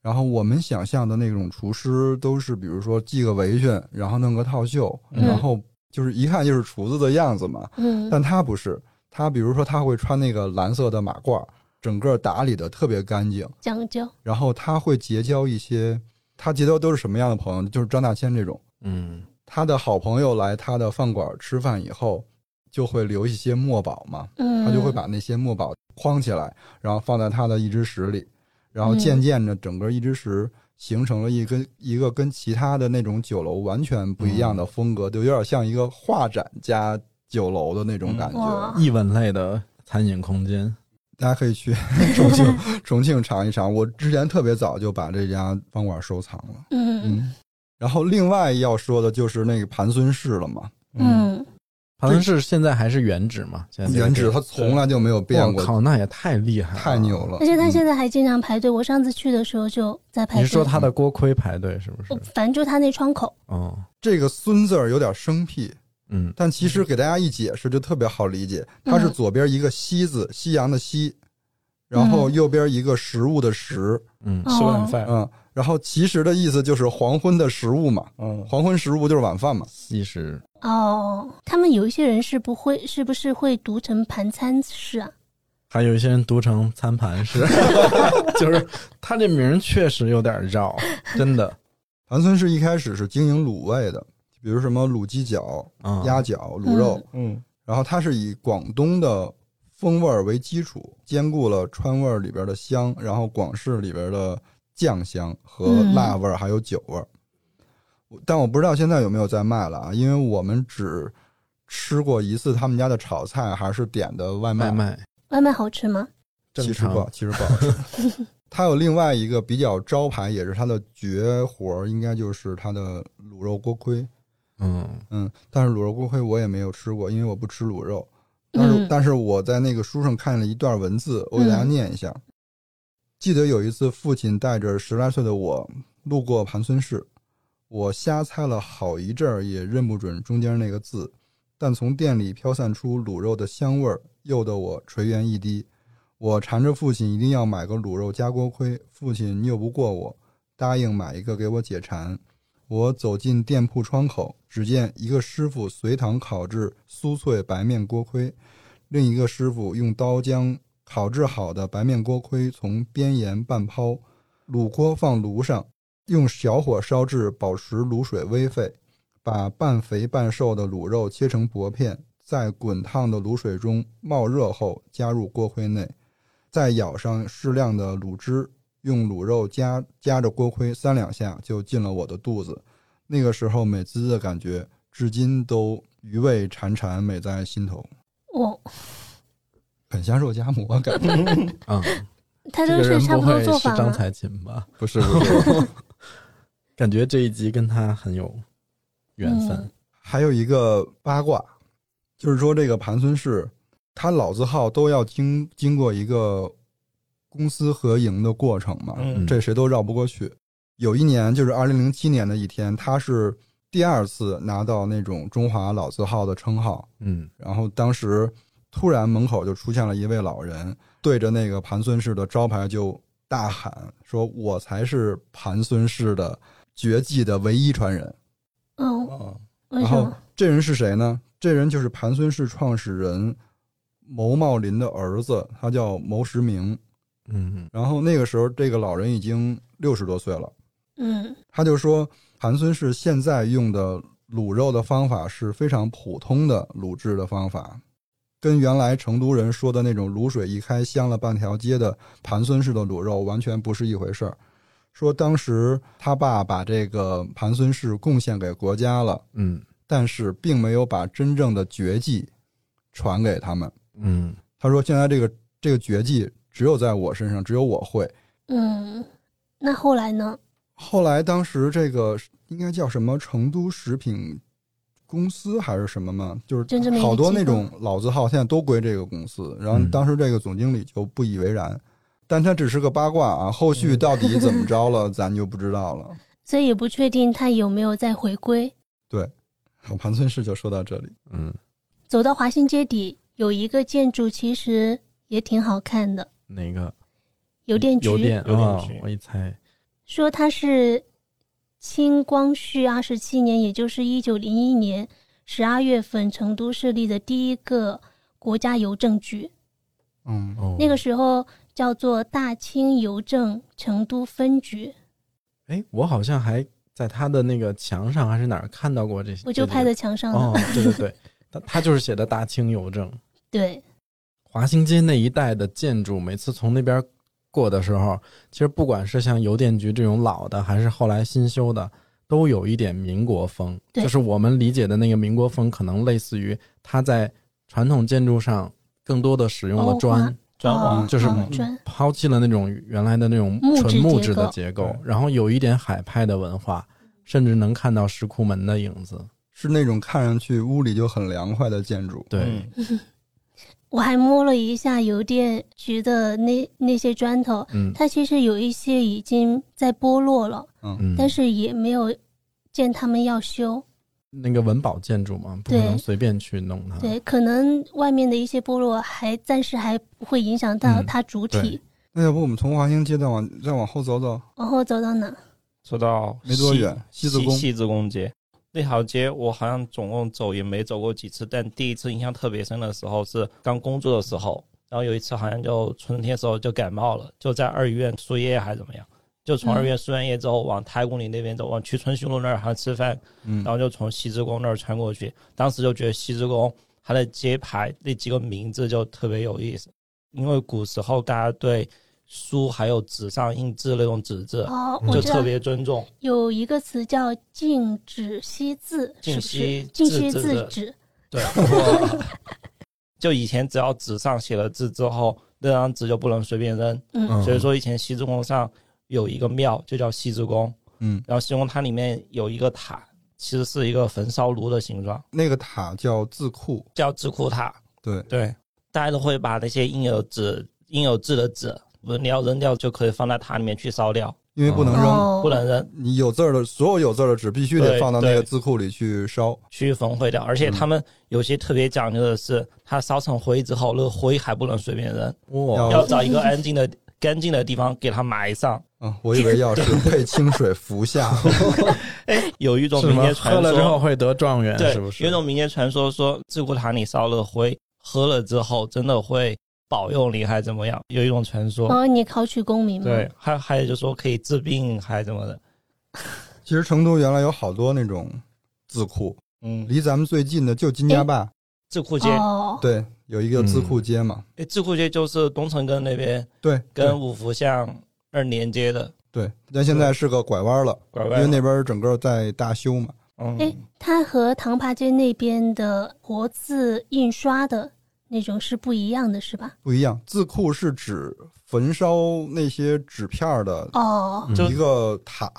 然后我们想象的那种厨师，都是比如说系个围裙，然后弄个套袖，
嗯
然后就是一看就是厨子的样子嘛。
嗯
但他不是，他比如说他会穿那个蓝色的马褂，整个打理的特别干净，
讲究，
然后他会结交一些，他结交都是什么样的朋友呢？就是张大千这种，
嗯
他的好朋友来他的饭馆吃饭以后，就会留一些墨宝嘛，
嗯，
他就会把那些墨宝框起来，然后放在他的一只石里，然后
嗯
渐渐的整个一只石。形成了一跟一个跟其他的那种酒楼完全不一样
嗯
的风格，就有点像一个画展加酒楼的那
嗯
种感觉。
哇，
艺文类的餐饮空间
大家可以 去重庆重庆尝一尝。我之前特别早就把这家饭馆收藏了。
嗯
嗯，然后另外要说的就是那个盘孙氏了嘛，
嗯
好像是现在还是原址嘛，现在这个
原址
店
它从来就没有变
我
过，
靠，那也太厉害了，
太牛！了。
而且他
嗯
现在还经常排队，我上次去的时候就在排
你
队。
是说他的锅盔排队是不是
我？反正就他那窗口，
哦，
这个“孙”字儿有点生僻，
嗯
但其实给大家一解释就特别好理解，它
嗯
是左边一个“西”字，西洋的“西”，然
嗯
后右边一个食物的“食
嗯
哦
吃晚饭”，，
嗯，然后其实的意思就是黄昏的食物嘛，
嗯，
黄昏食物就是晚饭嘛。
西施
哦，他们有一些人是不会，是不是会读成盘餐式啊？
还有一些人读成餐盘是，就是他这名儿确实有点绕，真的
盘孙氏一开始是经营卤味的，比如什么卤鸡脚、
啊，
鸭脚、卤肉，
嗯
然后它是以广东的风味儿为基础，兼顾了川味儿里边的香，然后广式里边的酱香和
嗯
辣味儿还有酒味儿。我但我不知道现在有没有在卖了啊，因为我们只吃过一次他们家的炒菜，还是点的外卖，
外卖
外卖好吃吗？
啊其
正
实不
常，
其实不好吃。 它有另外一个比较招牌，也是它的绝活儿，应该就是它的卤肉锅盔。
嗯
嗯，但是卤肉锅盔我也没有吃过，因为我不吃卤肉。但是，
嗯
但是我在那个书上看了一段文字，我给大家
嗯
念一下。记得有一次，父亲带着十来岁的我路过盘孙市，我瞎猜了好一阵儿，也认不准中间那个字，但从店里飘散出卤肉的香味儿，诱得我垂涎欲滴。我缠着父亲一定要买个卤肉加锅盔，父亲拗不过我，答应买一个给我解馋。我走进店铺窗口，只见一个师傅随堂烤制酥脆白面锅盔，另一个师傅用刀将烤制好的白面锅盔从边沿半抛，卤锅放炉上，用小火烧至保持卤水微沸，把半肥半瘦的卤肉切成薄片，在滚烫的卤水中冒热后加入锅盔内，再舀上适量的卤汁，用卤肉夹夹着锅盔三两下就进了我的肚子。那个时候美滋的感觉，至今都余味潺潺，美在心头。
我、
啃虾肉夹馍，感觉
啊，
他
这
都
个人
是差
不
不多
会
做
是
法
张
吗？
才琴吧？
不是不是。
感觉这一集跟他很有缘分
嗯。
还有一个八卦，就是说这个盘孙氏，他老字号都要经经过一个公私合营的过程嘛，
嗯
这谁都绕不过去。有一年，就是二零零七年的一天，他是第二次拿到那种中华老字号的称号，
嗯
然后当时突然门口就出现了一位老人，对着那个盘孙氏的招牌就大喊说：“我才是盘孙氏的绝技的唯一传人。”
嗯，
啊。
为
然
什
后
么？
这人是谁呢？这人就是盘孙氏创始人牟茂林的儿子，他叫牟时明。
嗯
然后那个时候，这个老人已经六十多岁了。
嗯
他就说，韩孙氏现在用的卤肉的方法是非常普通的卤制的方法，跟原来成都人说的那种卤水一开香了半条街的盘孙式的卤肉完全不是一回事儿。说当时他爸把这个盘孙氏贡献给国家了，
嗯
但是并没有把真正的绝技传给他们。
嗯，
他说，现在这个这个绝技只有在我身上，只有我会。
嗯，那后来呢？
后来当时这个应该叫什么成都食品公司还是什么嘛，就
就是这么一个
好多
机构
那种老字号现在都归这个公司。然后
嗯
当时这个总经理就不以为然，但他只是个八卦啊，后续到底怎么着了，咱就不知道 了。
所以也不确定他有没有再回归。
好盘村市就说到这里，
嗯，
走到华新街底，有一个建筑，其实也挺好看的，
哪个
邮电
邮
局。
电
邮电
啊
局
我一猜，
说它是清光绪二十七年，也就是一九零一年十二月份，成都设立的第一个国家邮政局。
嗯，
哦，
那个时候叫做大清邮政成都分局，
哎，我好像还在他的那个墙上还是哪儿看到过这些，
我就
这
拍
个
在墙上了。
哦，对对对，他他就是写的大清邮政。
对，
华新街那一带的建筑，每次从那边过的时候，其实不管是像邮电局这种老的，还是后来新修的，都有一点民国风。
对
就是我们理解的那个民国风，可能类似于它在传统建筑上更多的使用了
欧
砖
化，
砖
哦
瓦
嗯就是
哦砖，
抛弃了那种原来的那种
木质
纯木质的
结
结构，然后有一点海派的文化，甚至能看到石库门的影子。
是那种看上去屋里就很凉快的建筑。
对，
嗯
我还摸了一下邮电局的那那些砖头，
嗯
它其实有一些已经在剥落了，
嗯，
但是也没有见他们要修。
那个文保建筑嘛，不可
对
能随便去弄它。
对，可能外面的一些剥落还暂时还不会影响到
嗯
它主体。
那要不我们从华兴街再往再往后走走，
往后走到哪？
说到
没多
西
远，西子
西
宫。
西子宫街那条街，我好像总共走也没走过几次，但第一次印象特别深的时候是刚工作的时候，然后有一次好像就春天的时候就感冒了，就在二院输液还是怎么样，就从
嗯
二院输完液之后往太公里那边走，往去春熙路那儿还吃饭，
嗯
然，后就从西之宫那儿穿过去，当时就觉得西之宫它的街牌那几个名字就特别有意思，因为古时候大家对书还有纸上印字那种纸质。
哦，
嗯
我
就
知
特
道
别尊重，
有一个词叫“禁止惜字”，是不
禁
是
惜？
禁
字
惜
字
字
字
纸。
对，我就以前只要纸上写了字之后，那张纸就不能随便扔。
嗯
所以说，以前西子宫上有一个庙，就叫西子宫。
嗯，
然后西宫它里面有一个塔，其实是一个焚烧炉的形状，
那个塔叫字库，
叫智库塔。
对，
对，大家都会把那些印有纸、印有字的纸，不是你要扔掉就可以放在塔里面去烧掉，
因为不能扔，
哦，
不能扔，
你有字儿的所有有字儿的纸必须得
对
放到那个
对
字库里去烧。
去焚毁掉。而且他们有些特别讲究的是，它烧成灰之后，那个灰还不能随便扔。
哦
哇，
要找一个安静的、干净的地方给它埋上。
啊，我以为要是配清水服 下，
有一种
是
民
吗
间传
喝了之后
说，
会得状元，
对，
是不是？
有一种民间传说说，自古塔里烧了灰，喝了之后真的会保佑你，还怎么样？有一种传说，
帮你考取功名嘛。
嗯
对，还还有就说可以治病，还怎么的，
其实成都原来有好多那种字库，
嗯，
离咱们最近的就金家
哎
坝，
智库街，
哦，
对，有一个字库街嘛，
哎，智库街就是东城根那边
对，
跟五福巷那儿连接的
对，对但现在是个拐弯了，
拐
因
弯
为
了，
那边整个在大修嘛，
哎
嗯，
它和唐坝街那边的活字印刷的那种是不一样的，是吧？
不一样。字库是指焚烧那些纸片儿的
嗯
哦，
就
一个塔，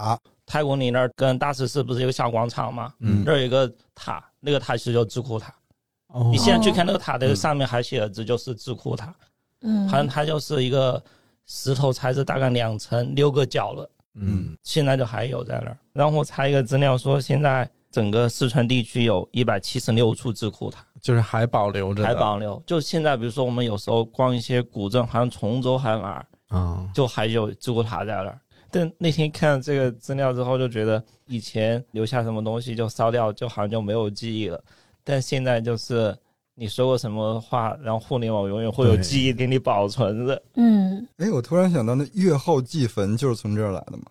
太古里那儿跟大石寺不是有个小广场吗？
嗯
那儿有一个塔，那个塔其实就是智库塔。
哦
你现在去
哦
看那个塔
嗯
的上面还写的字就是智库塔，
嗯，
好像它就是一个石头材质，大概两层六个角了，
嗯
现在就还有在那儿。然后我查一个资料说，现在整个四川地区有一百七十六处智库塔
就是还保留着的
还保留。就现在，比如说我们有时候逛一些古镇，好像崇州还哪儿，
啊，
就还有智库塔在那儿。但那天看这个资料之后，就觉得以前留下什么东西就烧掉，就好像就没有记忆了。但现在就是你说过什么话，然后互联网永远会有
对
记忆给你保存着。
嗯，
哎，我突然想到，那月后祭坟就是从这儿来的嘛？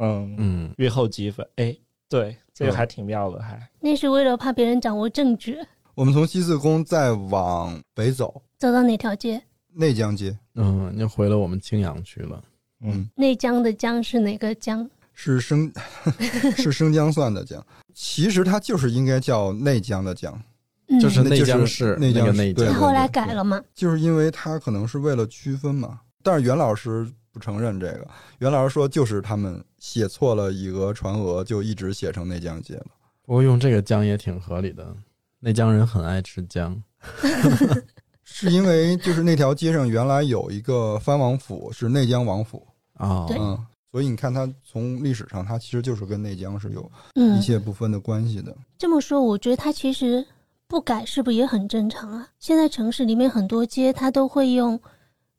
嗯，
嗯，
月后积分，哎，对，这个
嗯
还挺妙的，还
那是为了怕别人掌握证据，
我们从西四宫再往北走，
走到哪条街？
内江街
嗯，又回了我们青阳区了。
嗯
内江的江是哪个江？
是 生是生姜蒜的姜，其实它就是应该叫内江的江，
嗯，
就是
那
内江
是
市
内江
那个
市
内
对
江
他
对
后来改了嘛？
就是因为它可能是为了区分嘛。但是袁老师不承认这个，袁老师说就是他们写错了以讹传讹，就一直写成内江街了。
不过用这个姜也挺合理的，内江人很爱吃姜。
是因为就是那条街上原来有一个藩王府，是内江王府，
哦，
对
嗯，所以你看它从历史上，它其实就是跟内江是有
嗯
一，切不分的关系的。
这么说，我觉得他其实不改是不是也很正常啊？现在城市里面很多街，它都会用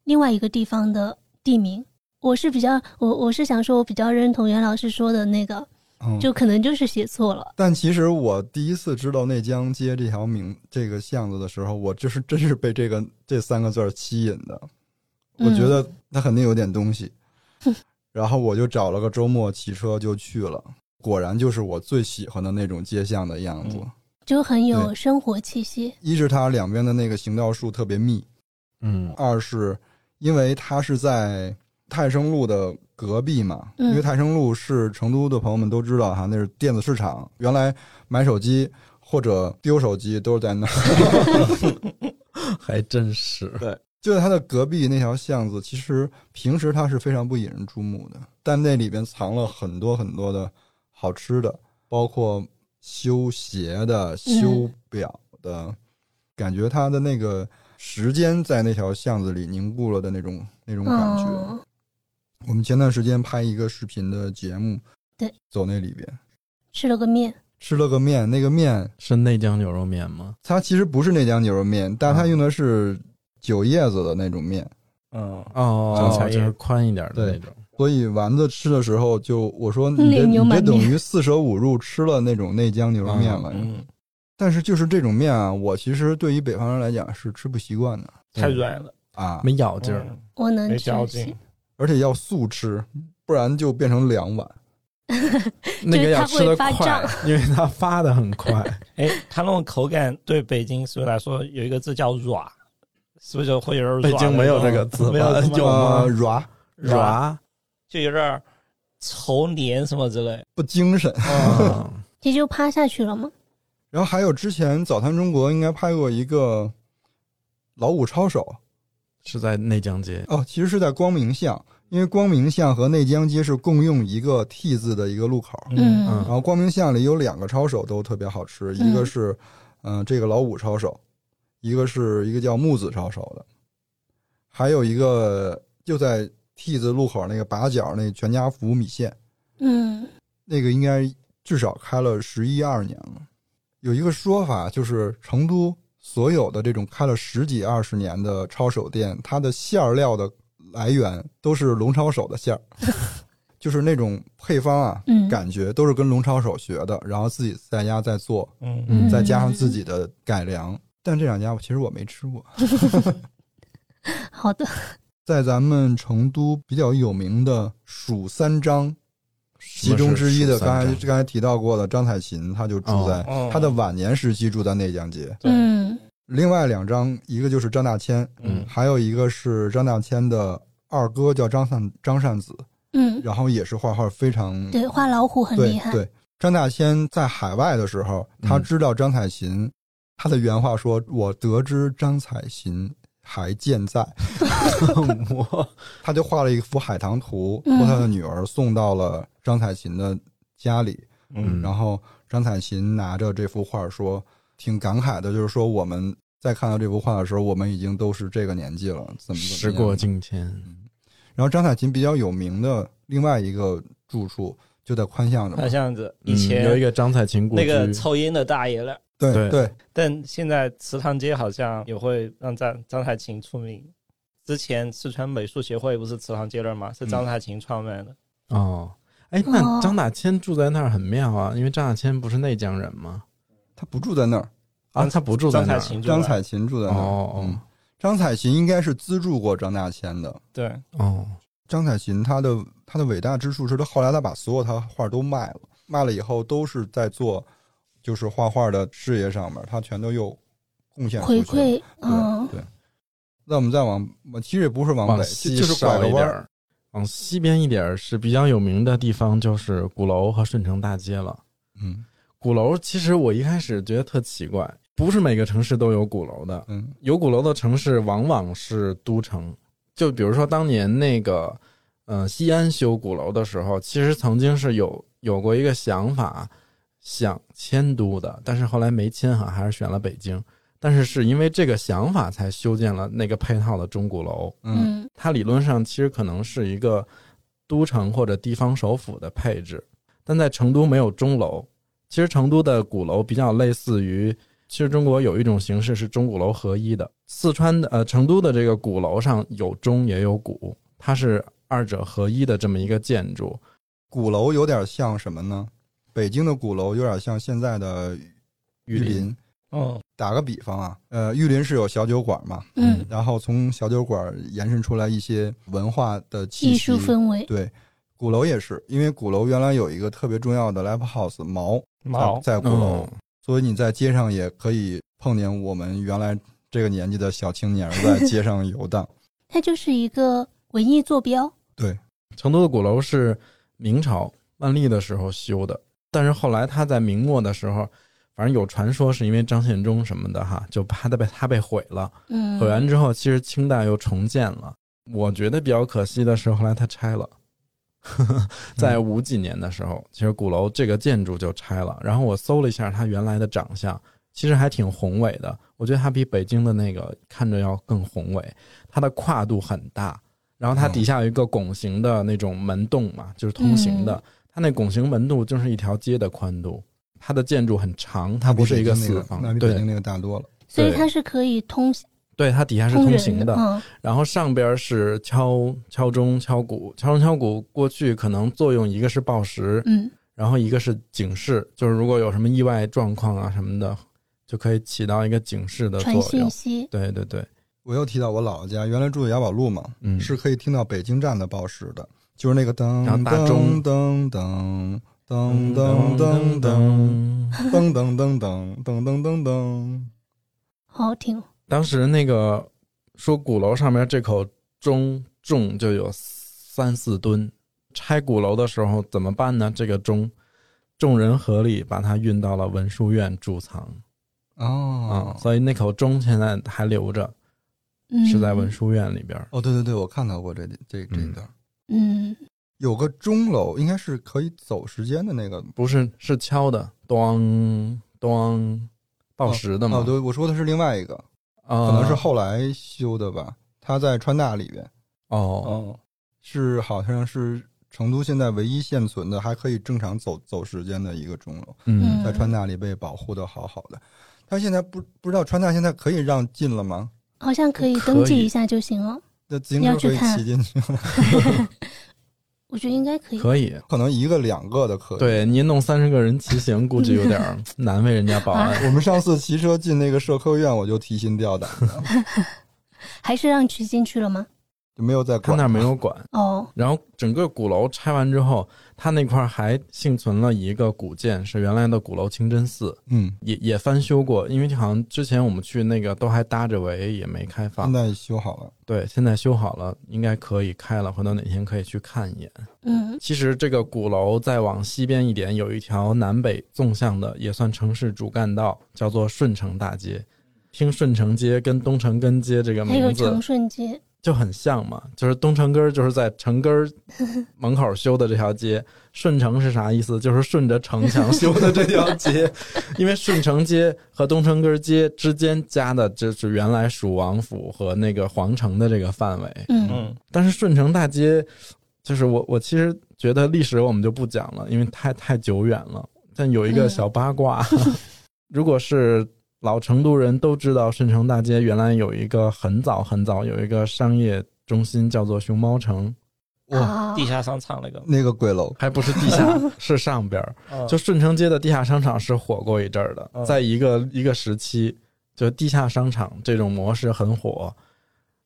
另外一个地方的地名。我是比较，我我是想说，我比较认同袁老师说的那个，
嗯，
就可能就是写错了。
但其实我第一次知道内江街这条名这个巷子的时候，我这是 真是被这个这三个字儿吸引的，我
嗯
觉得它肯定有点东西。然后我就找了个周末骑车就去了，果然就是我最喜欢的那种街巷的样子。
嗯
就很有
对
生活气息。
一是它两边的那个行道树特别密，
嗯，
二是因为它是在太升路的隔壁嘛，
嗯
因为太升路是成都的朋友们都知道哈，那是电子市场，原来买手机或者丢手机都是在那儿。
还真是。
就在它的隔壁那条巷子，其实平时它是非常不引人注目的，但那里边藏了很多很多的好吃的，包括修鞋的、修表的，感觉它的那个时间在那条巷子里凝固了的那种那种感觉。
嗯，
我们前段时间拍一个视频的节目，
对，
走那里边
吃了个面，
吃了个面，那个面
是内江牛肉面吗？
它其实不是内江牛肉面，但它
嗯
用的是酒叶子的那种面，
嗯，
哦
小菜
就是
叶
宽一点的
对
那种。
所以丸子吃的时候就我说你这
泪流
你这
满
等
面
于四舍五入吃了那种内江牛肉面了。
嗯，
但是就是这种面啊，我其实对于北方人来讲是吃不习惯的
太软了，
啊，
没咬劲
哦
儿，
嗯
我能
没
吃
嚼
起
劲。，
而且要速吃，不然就变成两碗。
那个要吃的快
就是它会，
因为它发的很 快。
哎，它那种口感对北京是不是来说有一个字叫软，是不是就会有点
北
软
京
的
没有
那
这个
种
字
没有
吧
这么
有吗
呃软
软，
软， 啊
就有点儿稠黏什么之类。
不精神。
嗯
这就趴下去了吗？
然后还有之前《早餐中国》应该拍过一个老五抄手
是在内江街。
哦，其实是在光明巷，因为光明巷和内江街是共用一个 T 字的一个路口。
嗯
然
嗯
后光明巷里有两个抄手都特别好吃，一个是嗯、呃这个老五抄手，一个是一个叫木子抄手的，还有一个就在 T 字路口那个把角那全家福米线，
嗯
那个应该至少开了十一二年了。有一个说法就是，成都所有的这种开了十几二十年的抄手店，它的馅儿料的来源都是龙抄手的馅儿，就是那种配方啊，
嗯
感觉都是跟龙抄手学的，然后自己在家再做，
嗯，
嗯
再加上自己的改良。但这两家其实我没吃过，
好的，
在咱们成都比较有名的蜀三张其中之一的，
什么
刚
是
才
蜀山
刚才提到过的张彩琴，她就住在、
哦
她的晚年时期住在内江街。
对
嗯
另外两张，一个就是张大千，
嗯
还有一个是张大千的二哥叫张善张善子，
嗯，
然后也是画画非常
对，画老虎很厉
对
害，
对。张大千在海外的时候，他
嗯
知道张彩琴，他的原话说：“我得知张彩琴还健在。”
山庄 我
他就画了一幅海棠图，
嗯
把他的女儿送到了张彩琴的家里。
嗯
然后张彩琴拿着这幅画说，挺感慨的，就是说我们在看到这幅画的时候，我们已经都是这个年纪了，怎么怎么
时
样嗯
过境迁，
然后张彩琴比较有名的另外一个住处就在宽巷子嘛
那，这样子，以
嗯
前
有一个张彩琴故
那
居，
个抽烟的大爷了，
对
对
对，
但现在祠堂街好像也会让张张太琴出名。之前四川美术协会不是祠堂街那儿吗？是张太琴创办的。
哦，哎，
哦
那张大千住在那儿很妙啊，因为张大千不是内江人吗？
他不住在那儿，
啊，他不住在
张彩
那儿。
琴住
张
吧
彩琴住在那儿。
哦哦
嗯，张彩琴应该是资助过张大千的。
对，
哦，
张彩琴她的她的伟大之处是她后来她把所有她画都卖了，卖了以后都是在做就是画画的事业上面，她全都又贡献出
回
去了。
馈，嗯，
对对。那我们再往，其实也不是往
往
北，
西
就就是拐
少
个
一
弯
点
儿。
儿，往西边一点儿是比较有名的地方，就是鼓楼和顺城大街了。
嗯
鼓楼其实我一开始觉得特奇怪，不是每个城市都有鼓楼的，
嗯
有鼓楼的城市往往是都城。就比如说当年那个，呃，西安修鼓楼的时候，其实曾经是有有过一个想法，想迁都的，但是后来没迁哈，还是选了北京。但是是因为这个想法才修建了那个配套的钟鼓楼。
嗯
嗯
它理论上其实可能是一个都城或者地方首府的配置，但在成都没有钟楼。其实成都的鼓楼比较类似于，其实中国有一种形式是钟鼓楼合一的。四川的呃成都的这个鼓楼上有钟也有鼓，它是二者合一的这么一个建筑。
鼓楼有点像什么呢？北京的鼓楼有点像现在的
玉
林。
林
哦，
打个比方啊，呃，玉林是有小酒馆嘛，
嗯，
然后从小酒馆延伸出来一些文化的气息
艺术氛围，
对，鼓楼也是，因为鼓楼原来有一个特别重要的 live house 毛
毛
在在鼓楼，
嗯
所以你在街上也可以碰见我们原来这个年纪的小青年儿在街上游荡。
它就是一个文艺坐标，
成都的鼓楼是明朝万历的时候修的，但是后来他在明末的时候，反正有传说是因为张献忠什么的哈，就怕他被他被毁了。
嗯，
毁完之后，其实清代又重建了。我觉得比较可惜的是，后来它拆了。在五几年的时候，其实鼓楼这个建筑就拆了。然后我搜了一下它原来的长相，其实还挺宏伟的。我觉得它比北京的那个看着要更宏伟，它的跨度很大。然后它底下有一个拱形的那种门洞嘛，就是通行的。
嗯
它那拱形门洞就是一条街的宽度。它的建筑很长，它不是一个四方，
那比北
对
京那个大多了。
所以
对
它是可以通
对，它底下是
通
通
人
行的。
嗯，
然后上边是敲敲钟、敲鼓，敲钟、敲鼓过去可能作用一个是报时，
嗯，
然后一个是警示，就是如果有什么意外状况啊什么的，就可以起到一个警示的
传
作
信
用。
息，
对对对，
我又提到我姥姥家，原来住在雅宝路嘛，
嗯，
是可以听到北京站的报时的，就是那个噔
然后
噔
大钟
噔噔噔噔噔噔噔噔噔噔噔噔噔噔，
好听，
当时那个说鼓楼上面这口钟重就有三四吨，拆鼓楼的时候怎么办呢？这个钟，众人合力把它运到了文殊院贮藏。啊、
哦
所以那口钟现在还留着，
嗯，
是在文，殊院里边儿。
哦，对对对，我看到过这这这一段。
嗯，
有个钟楼，应该是可以走时间的那个
不是是敲的，咚咚，报时的嘛。
哦，对，我说的是另外一个，
啊
可能是后来修的吧。它在川大里边，
哦，
哦，
是好像是成都现在唯一现存的还可以正常走走时间的一个钟楼，
嗯
嗯
在川大里被保护的好好的。但现在不不知道川大现在可以让进了吗？
好像可以
可
登记
以
一下就行 了，
那自行车可
要去
以
看
骑进去吗？
我觉得应该可以，
可以。
可能一个两个的可以。
对，您弄三十个人骑行，估计有点儿难为人家保安。
我们上次骑车进那个社科院，我就提心吊胆的，
还是让骑进去了吗？
就没有再
他
管。
那儿没有管。
哦，
然后整个鼓楼拆完之后，他那块儿还幸存了一个古建，是原来的鼓楼清真寺，
嗯，
也也翻修过。因为好像之前我们去那个都还搭着围，也没开放
现。在修好了。
对，现在修好了，应该可以开了。回头哪天可以去看一眼。
嗯，
其实这个鼓楼再往西边一点，有一条南北纵向的，也算城市主干道，叫做顺城大街。听顺城街跟东城根街这个
还有
名字
长顺街，
就很像嘛，就是东城根儿就是在城 根儿门口修的这条街，顺城是啥意思？就是顺着城墙修的这条街， 因为顺城街和东城根儿街之间加的就是原来蜀王府和那个皇城的这个范围，
嗯，
嗯，
但是顺城大街，就是我我其实觉得历史我们就不讲了，因为太太久远了。但有一个小八卦， 如果是老成都人都知道，顺城大街原来有一个很早很早有一个商业中心叫做熊猫城，
哇，
啊，
地下商场那个，
那个鬼楼，
还不是地下，是上边儿。就顺城街的地下商场是火过一阵儿的，
嗯
在一个一个时期，就地下商场这种模式很火。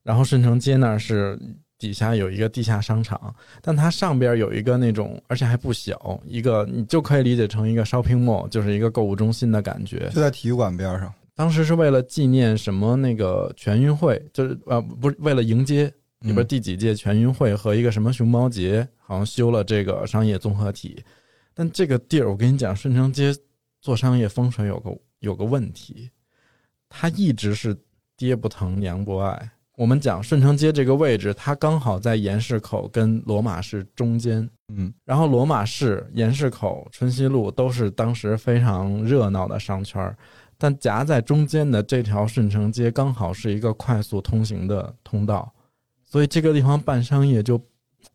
然后顺城街那儿是底下有一个地下商场，但它上边儿有一个那种，而且还不小，一个你就可以理解成一个 shopping mall，就是一个购物中心的感觉。
就在体育馆边上。
当时是为了纪念什么那个全运会，就是呃不是为了迎接里边
嗯
第几届全运会和一个什么熊猫节，好像修了这个商业综合体。但这个地儿，我跟你讲，顺城街做商业风水有个有个问题，它一直是爹不疼娘不爱。我们讲顺城街这个位置，它刚好在盐市口跟罗马市中间，
嗯，
然后罗马市、盐市口、春熙路都是当时非常热闹的商圈儿，但夹在中间的这条顺城街刚好是一个快速通行的通道，所以这个地方办商业就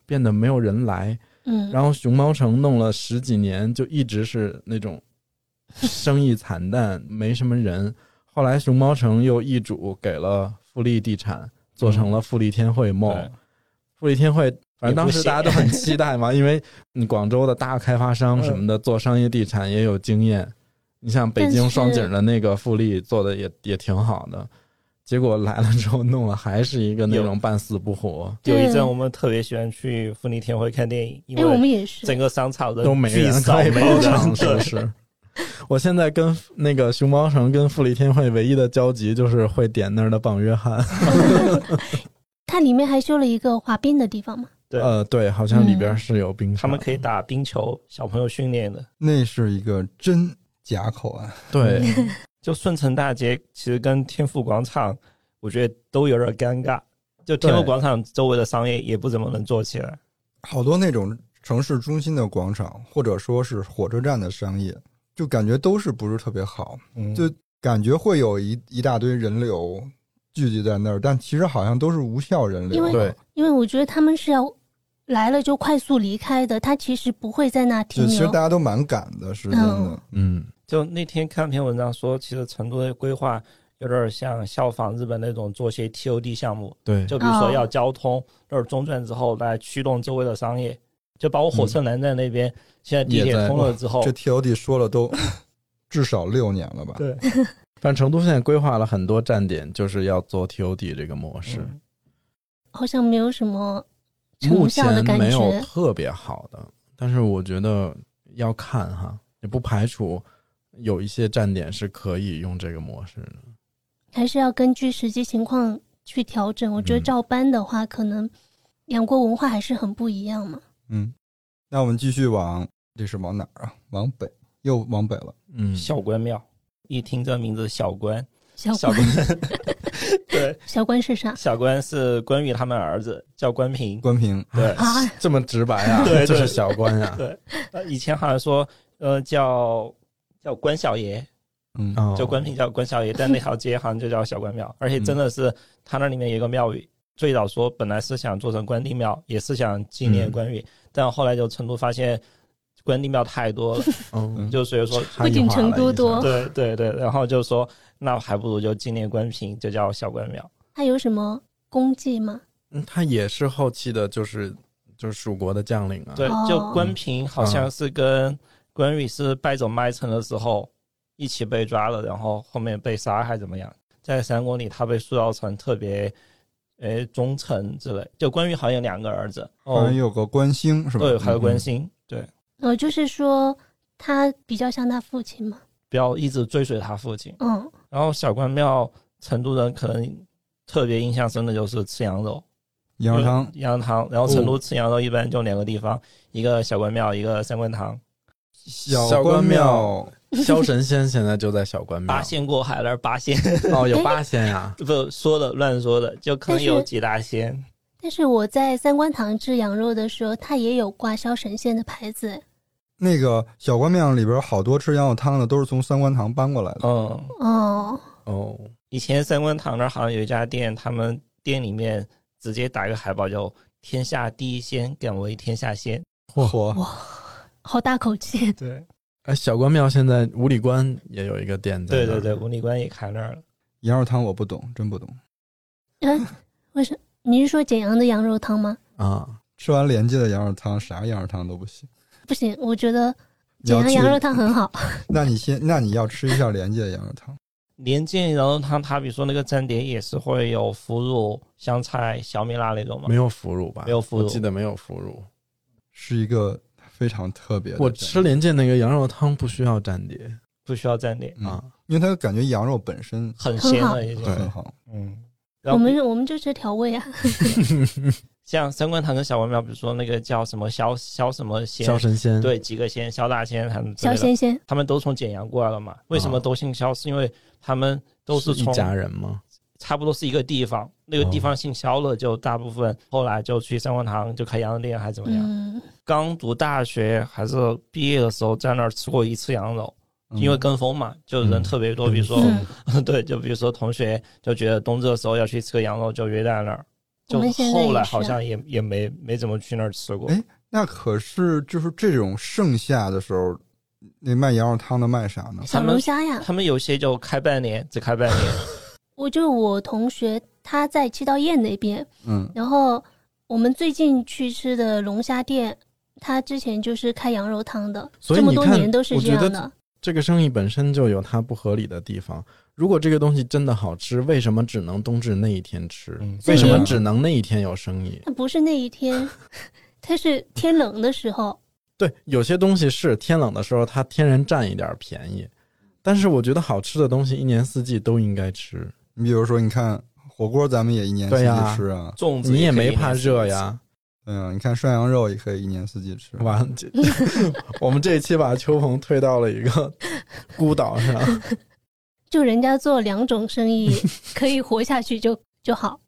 变得没有人来。
嗯，
然后熊猫城弄了十几年，就一直是那种生意惨淡，没什么人。后来熊猫城又易主给了富力地产，做成了富力天汇梦。
嗯对
富力天汇，反
也
正
不
当时
行
大家都很期 待嘛，因为嗯广州的大开发商什
嗯
么的做商业地产也有经验。你像北
但
京
是
双井的那个富力做的也也挺好的，结果来了之后弄了还是一个那
有
种半死不活，
有一
对
阵我们特别喜欢去富力天汇看电影，因
哎，我
为
们也是，
整个商场人
都没
巨
人
少，
可以
呃没
包
有
场，
人。
是不
对，
是？我现在跟那个熊猫城跟富力天汇唯一的交集就是会点那儿的棒约翰，
它里面还修了一个滑冰的地方嘛，
对
呃，对，好像里边
嗯
是有冰
他
场，
们可以打冰球，小朋友训练的。
那是一个真假口岸，
对，
就顺城大街其实跟天府广场，我觉得都有点尴尬。就天府
对
广场周围的商业也不怎么能做起来。
好多那种城市中心的广场，或者说是火车站的商业，就感觉都是不是特别好，
嗯
就感觉会有一一大堆人流聚集在那儿，但其实好像都是无效人流。
因为
对，
因为我觉得他们是要来了就快速离开的，他其实不会在那停
就其实
留
大。家都蛮赶的，是真的
嗯。
嗯，
就那天看篇文章说，其实成都的规划有点像效仿日本那种做些 TOD 项目，
对，
就比如说
哦
要交通，那种中转之后来驱动周围的商业。就包括火车南站那边，现在地
嗯也在
铁通了之后
这，TOD 说了 都至少六年了吧？
对，
但成都现在规划了很多站点，就是要做 TOD 这个模式，
嗯
好像没有什么
目
成效的
前
感
没有
觉。
特别好的，但是我觉得要看哈，也不排除有一些站点是可以用这个模式的。
还是要根据实际情况去调整。我觉得
嗯
照搬的话，可能两国文化还是很不一样嘛。
嗯，那我们继续往，这是往哪儿啊？往北，又往北了。
嗯，
小关庙，一听这名字小关，
小
小
关
关，对，
小关是啥
小关是关羽他们儿子，叫关平，
关平，
对。
啊？
这么直白啊，
对对
就是小关呀、
对，呃，以前好像说，呃，叫叫关小爷，
嗯，
啊，
叫关平叫关小爷，但那条街好像就叫小关庙，而且真的是他那里面有一个庙宇，最早说本来是想做成关帝庙，也是想纪念关羽，但后来就成都发现关帝庙太多了，
嗯，
就所以说，
差异化了
不仅成都
一
多
下
对对对，然后就说那还不如就纪念关平，就叫小关庙。
它有什么功绩吗？
嗯他也是后期的，就是就是蜀国的将领啊，
对，就
哦
关平好像是跟关羽是败走麦城的时候一起被抓了，然后后面被杀还怎么样？在三国里，他被塑造成特别，呃，忠诚之类。就关羽好像有两个儿子，
好
哦
像，有个关兴是吧？
对，还有关
嗯
兴，对，
呃，就是说他比较像他父亲嘛。
不要一直追随他父亲。
嗯，
然后小关庙，成都人可能特别印象深的就是吃羊肉，
羊肉汤，哦
羊肉汤。然后成都吃羊肉一般就两个地方，一个小关庙，一个三官堂。
小
关
关
庙
庙，
萧神仙现在就在小关
啊
庙
八，仙过海那是八仙。
哦，
哎
有八仙呀、
不说的乱说的，就可能有几大仙。
但是我在三官堂吃羊肉的时候，它也有挂萧神仙的牌子。
那个小关庙里边好多吃羊肉汤的都是从三官堂搬过来的。
嗯，
哦，
哦，
以前三官堂那儿好像有一家店，他们店里面直接打一个海报叫“天下第一仙，敢为天下先
嚯，
哇，好大口气”。！
对
哎，小关庙现在五里关也有一个店在那
对
儿，
对对，五里关也开那儿了。
羊肉汤我不懂，真不懂。
嗯，为什你是说简阳的羊肉汤吗？
啊，
吃完连记的羊肉汤，啥羊肉汤都不行。
不行，我觉得
你
简
要
阳
去
羊肉汤很 好。
那你先，那你要吃一下连记的羊肉汤。
连煎羊肉汤，它比如说那个蘸碟也是会有腐乳、香菜、小米辣那种吗
没？有腐乳吧？
没有腐乳
我记得没有腐乳。
是一个非常特别的蘸料。
我吃临近那个羊肉汤不需要蘸碟
不需要蘸碟，
嗯
啊，，
因为它感觉羊肉本身
很
很
鲜
好
了已经。
就很好。
嗯，然后
我们就我们就吃调味啊，
像三观堂跟小文苗，比如说那个叫什么肖肖什么鲜，
小神仙。，
对，几个鲜，肖大仙他们之类
小
的，
鲜鲜。
他们都从简阳过来了嘛？为什么都姓肖？是因为他们都
啊是
是
一
从
家人哦吗？
差不多是一个地方，那个地方姓肖了，就大部分后来就去三观堂就开羊肉店还是怎么样。
嗯，
刚读大学还是毕业的时候，在那儿吃过一次羊肉，
嗯
因为跟风嘛，就人特别多。比如说，
嗯
对，就比如说同学就觉得冬至的时候要去吃个羊肉，就约在那儿。
我
就
们现在
后来
也是啊
好像也也没没怎么去那儿吃过
哎。那可是就是这种盛夏的时候，那卖羊肉汤的卖啥
嗯
呢？
小龙虾呀，
他们有些就开半年，只开半 年。
我就我同学他在七道堰那边，
嗯，
然后我们最近去吃的龙虾店，他之前就是开羊肉汤的，
所以
这么
你
多
看
年都是
我
这
觉
样
得
的。
这个生意本身就有它不合理的地方。如果这个东西真的好吃，为什么只能冬至那一天吃？
嗯
为什
所
么
以
只能那一天有生意？
那不是那一 天，他是天冷的时候，
对，有些东西是天冷的时候它天然占一点便宜，但是我觉得好吃的东西一年四季都应该吃，
你比如说，你看火锅，咱们也一年四
对呀
季吃啊。
粽子
你也
可以
没
一年
怕
四季
热
吃
呀。
嗯，你看涮羊肉也可以一年四季吃。
完了，这我们这一期把秋鹏推到了一个孤岛 上。
就人家做两种生 意可以活下去就就好。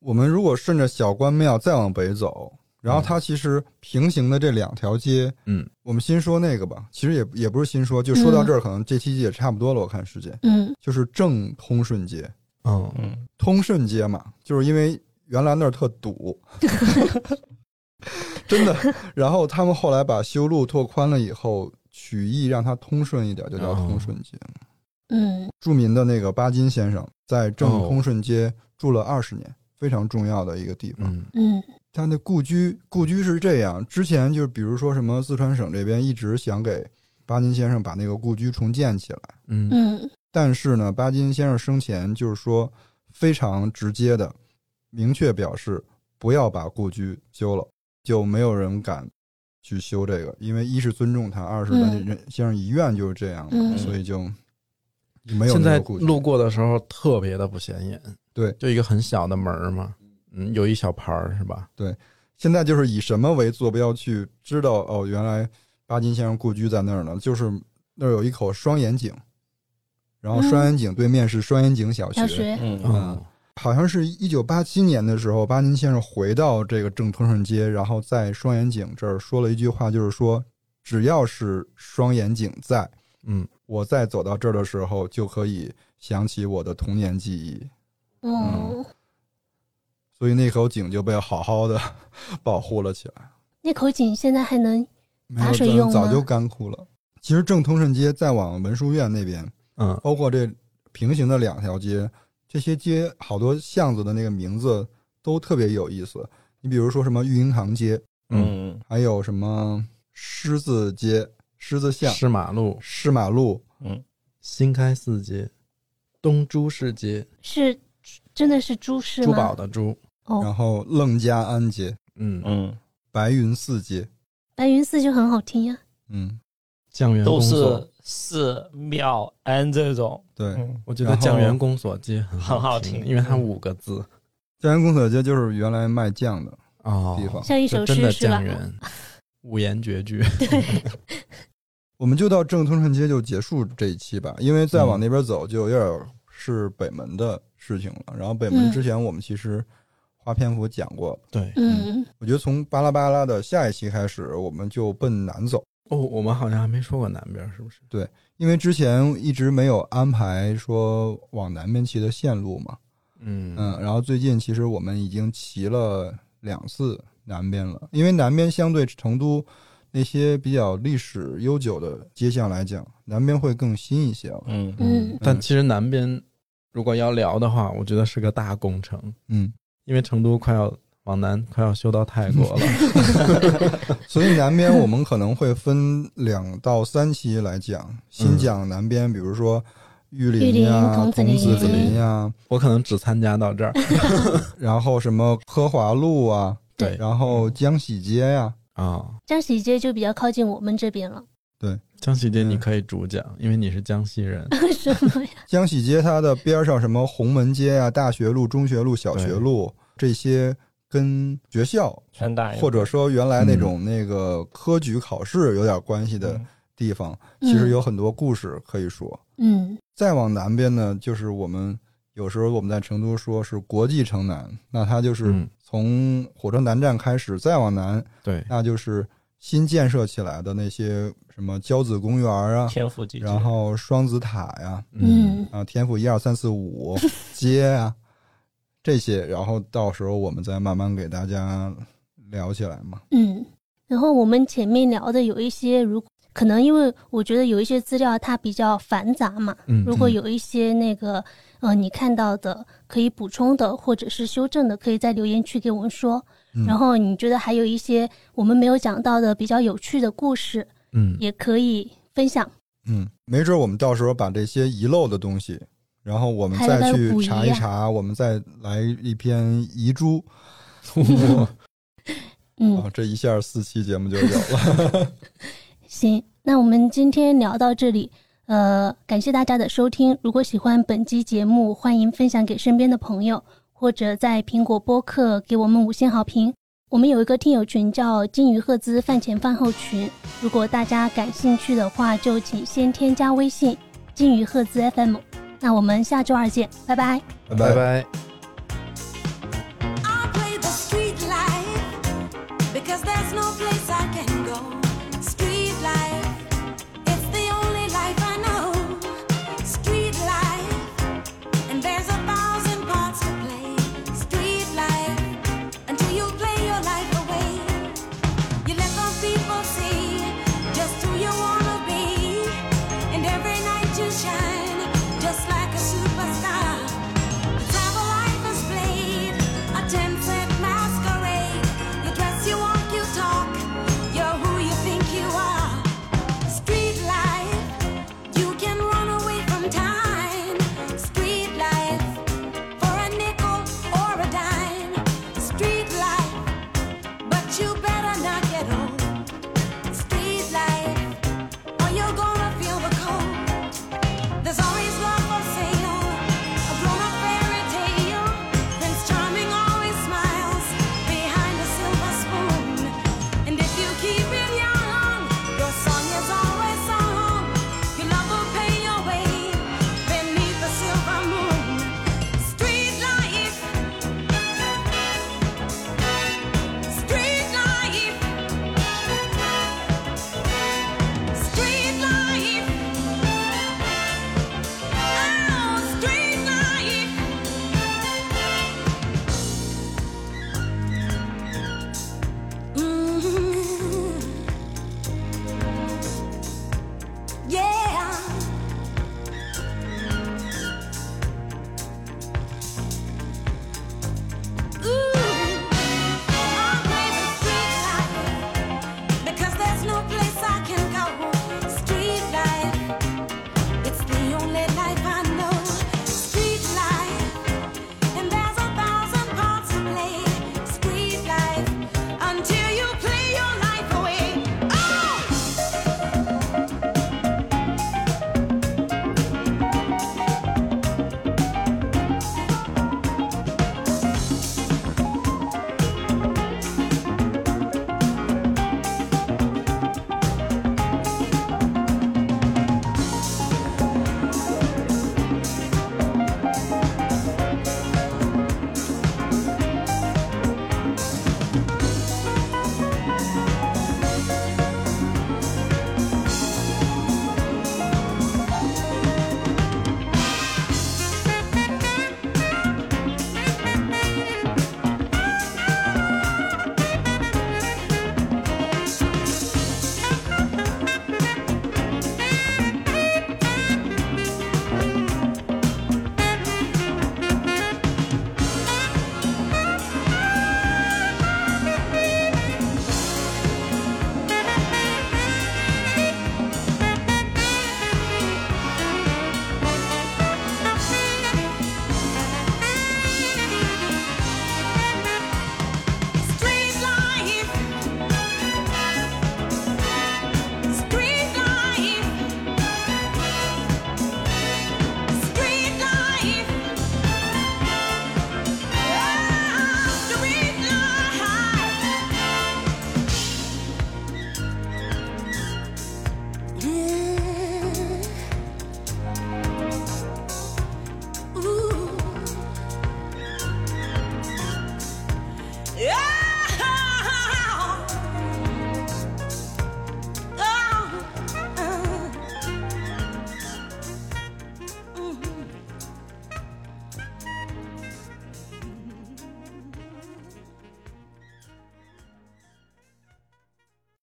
我们如果顺着小关庙再往北走，然后它其实平行的这两条街，
嗯，
我们新说那个吧，其实也也不是新说，就说到
嗯
这儿，可能这期也差不多了。我看时间，
嗯，
就是正通顺街，
嗯，
嗯，
通顺街嘛，就是因为原来那儿特堵，真的。然后他们后来把修路拓宽了以后，取意让它通顺一点，就叫通顺街。
嗯，
著名的那个巴金先生在正
哦
通顺街住了二十年，非常重要的一个地方。
嗯，
嗯，
他的故居，故居是这样，之前就是比如说什么四川省这边一直想给巴金先生把那个故居重建起来。
嗯，
嗯，
但是呢，巴金先生生前就是说非常直接的，明确表示不要把故居修了，就没有人敢去修这个，因为一是尊重他，二是人
嗯
人先生遗愿就是这样嘛，
嗯
所以就没有
现
那
在
个故居。
路过的时候特别的不显眼，
对
就一个很小的门儿嘛，嗯，有一小牌儿是吧？
现在就是以什么为坐标去知道哦，原来巴金先生故居在那儿呢，就是那儿有一口双眼井，然后
嗯
双眼井对面是双眼井小
小学，
嗯，
嗯好像是一九八七年的时候，巴金先生回到这个正通顺街，然后在双眼井这儿说了一句话，就是说，只要是双眼井在，
嗯，
我再走到这儿的时候，就可以想起我的童年记忆。
哦，
所以那口井就被好好的 保护了起来，
那口井现在还能，
没有
打水
真的
用吗
早就干枯了。其实正通顺街再往文殊院那边，
嗯，
包括这平行的两条街，这些街好多巷子的那个名字都特别有意思。你比如说什么育婴堂街，
嗯
还有什么狮子街、狮子巷、
狮马路、
狮马路，
新开四街、东珠市街，
是真的是猪市
珠宝
吗？
的珠，
然
哦，
后楞家庵街、
嗯，
嗯，
白云寺街，
白云寺就很好听呀。
嗯，
酱园
都
公所
是，寺庙庵这种，
对。
嗯，
我觉得
然后
酱园公所街很
很好
听，
听
因为它五个字
江源公所街就是原来卖酱的
哦
地方。
像一
就
首
真的
诗是吧
酱？园， 五言绝句。
我们就到正通顺街就结束这一期吧，因为再往那边走就有点是北门的事情了。然后北门
嗯
之前我们其实花篇幅讲过，
对，
嗯，
我觉得从巴拉巴拉的下一期开始，我们就奔南走。
哦，我们好像还没说过南边，是不是？
因为之前一直没有安排说往南边骑的线路嘛，
嗯
嗯，然后最近其实我们已经骑了两次南边了，因为南边相对成都那些比较历史悠久的街巷来讲，南边会更新一些了。
嗯
嗯
但其实南边如果要聊的话，我觉得是个大工程，
嗯，
因为成都快要往南快要修到泰 国了。
所以南边我们可能会分两到三期来讲，新讲南边，比如说玉林呀、
玉林
童
童子
子
林
林呀、
我可能只参加到这儿。
然后什么科华路啊，
对
然后江喜街呀、
啊、
江喜街就比较靠近我们这边了，
江西街
嗯
你可以主讲，因为你是江西人。
什么呀？
江喜街它的边上什么红门街呀、大学路、中学路、小学路这些，跟学校
川大
或者说原来那种那个科举考试有点关系的
嗯
地方，其实有很多故事可以说。
嗯，
再往南边呢，就是我们有时候我们在成都说是国际城南，那它就是
嗯
从火车南站开始，再往南，
对，
那就是新建设起来的那些什么交子公园啊，
天府集
然后双子塔呀、
嗯嗯，
啊，天府一二三四 五街啊这些，然后到时候我们再慢慢给大家聊起来嘛。
嗯，然后我们前面聊的有一些，如可能因为我觉得有一些资料它比较繁杂嘛，
嗯
如果有一些那个呃你看到的可以补充的或者是修正的，可以在留言区给我们说。
嗯
然后你觉得还有一些我们没有讲到的比较有趣的故事，
嗯
也可以分享。
嗯，没准我们到时候把这些遗漏的东西，然后我们
还有
再
那
去
补遗
查一
啊
查，我们再来一篇遗珠。哦
嗯，
啊，这一下四期节目就有了。
行，那我们今天聊到这里。呃，感谢大家的收听。如果喜欢本期节目，欢迎分享给身边的朋友，或者在苹果播客给我们五星好评。我们有一个听友群叫“金鱼赫兹饭前饭后群”，如果大家感兴趣的话，就请先添加微信“金鱼赫兹 FM”。那我们下周二见，拜拜。
拜
拜拜。
I play the street life because there's no place I can go. Street life, it's the only life I know. Street life, and there's a thousand parts to play. Street life, until you play your life away. You let those people say Oh.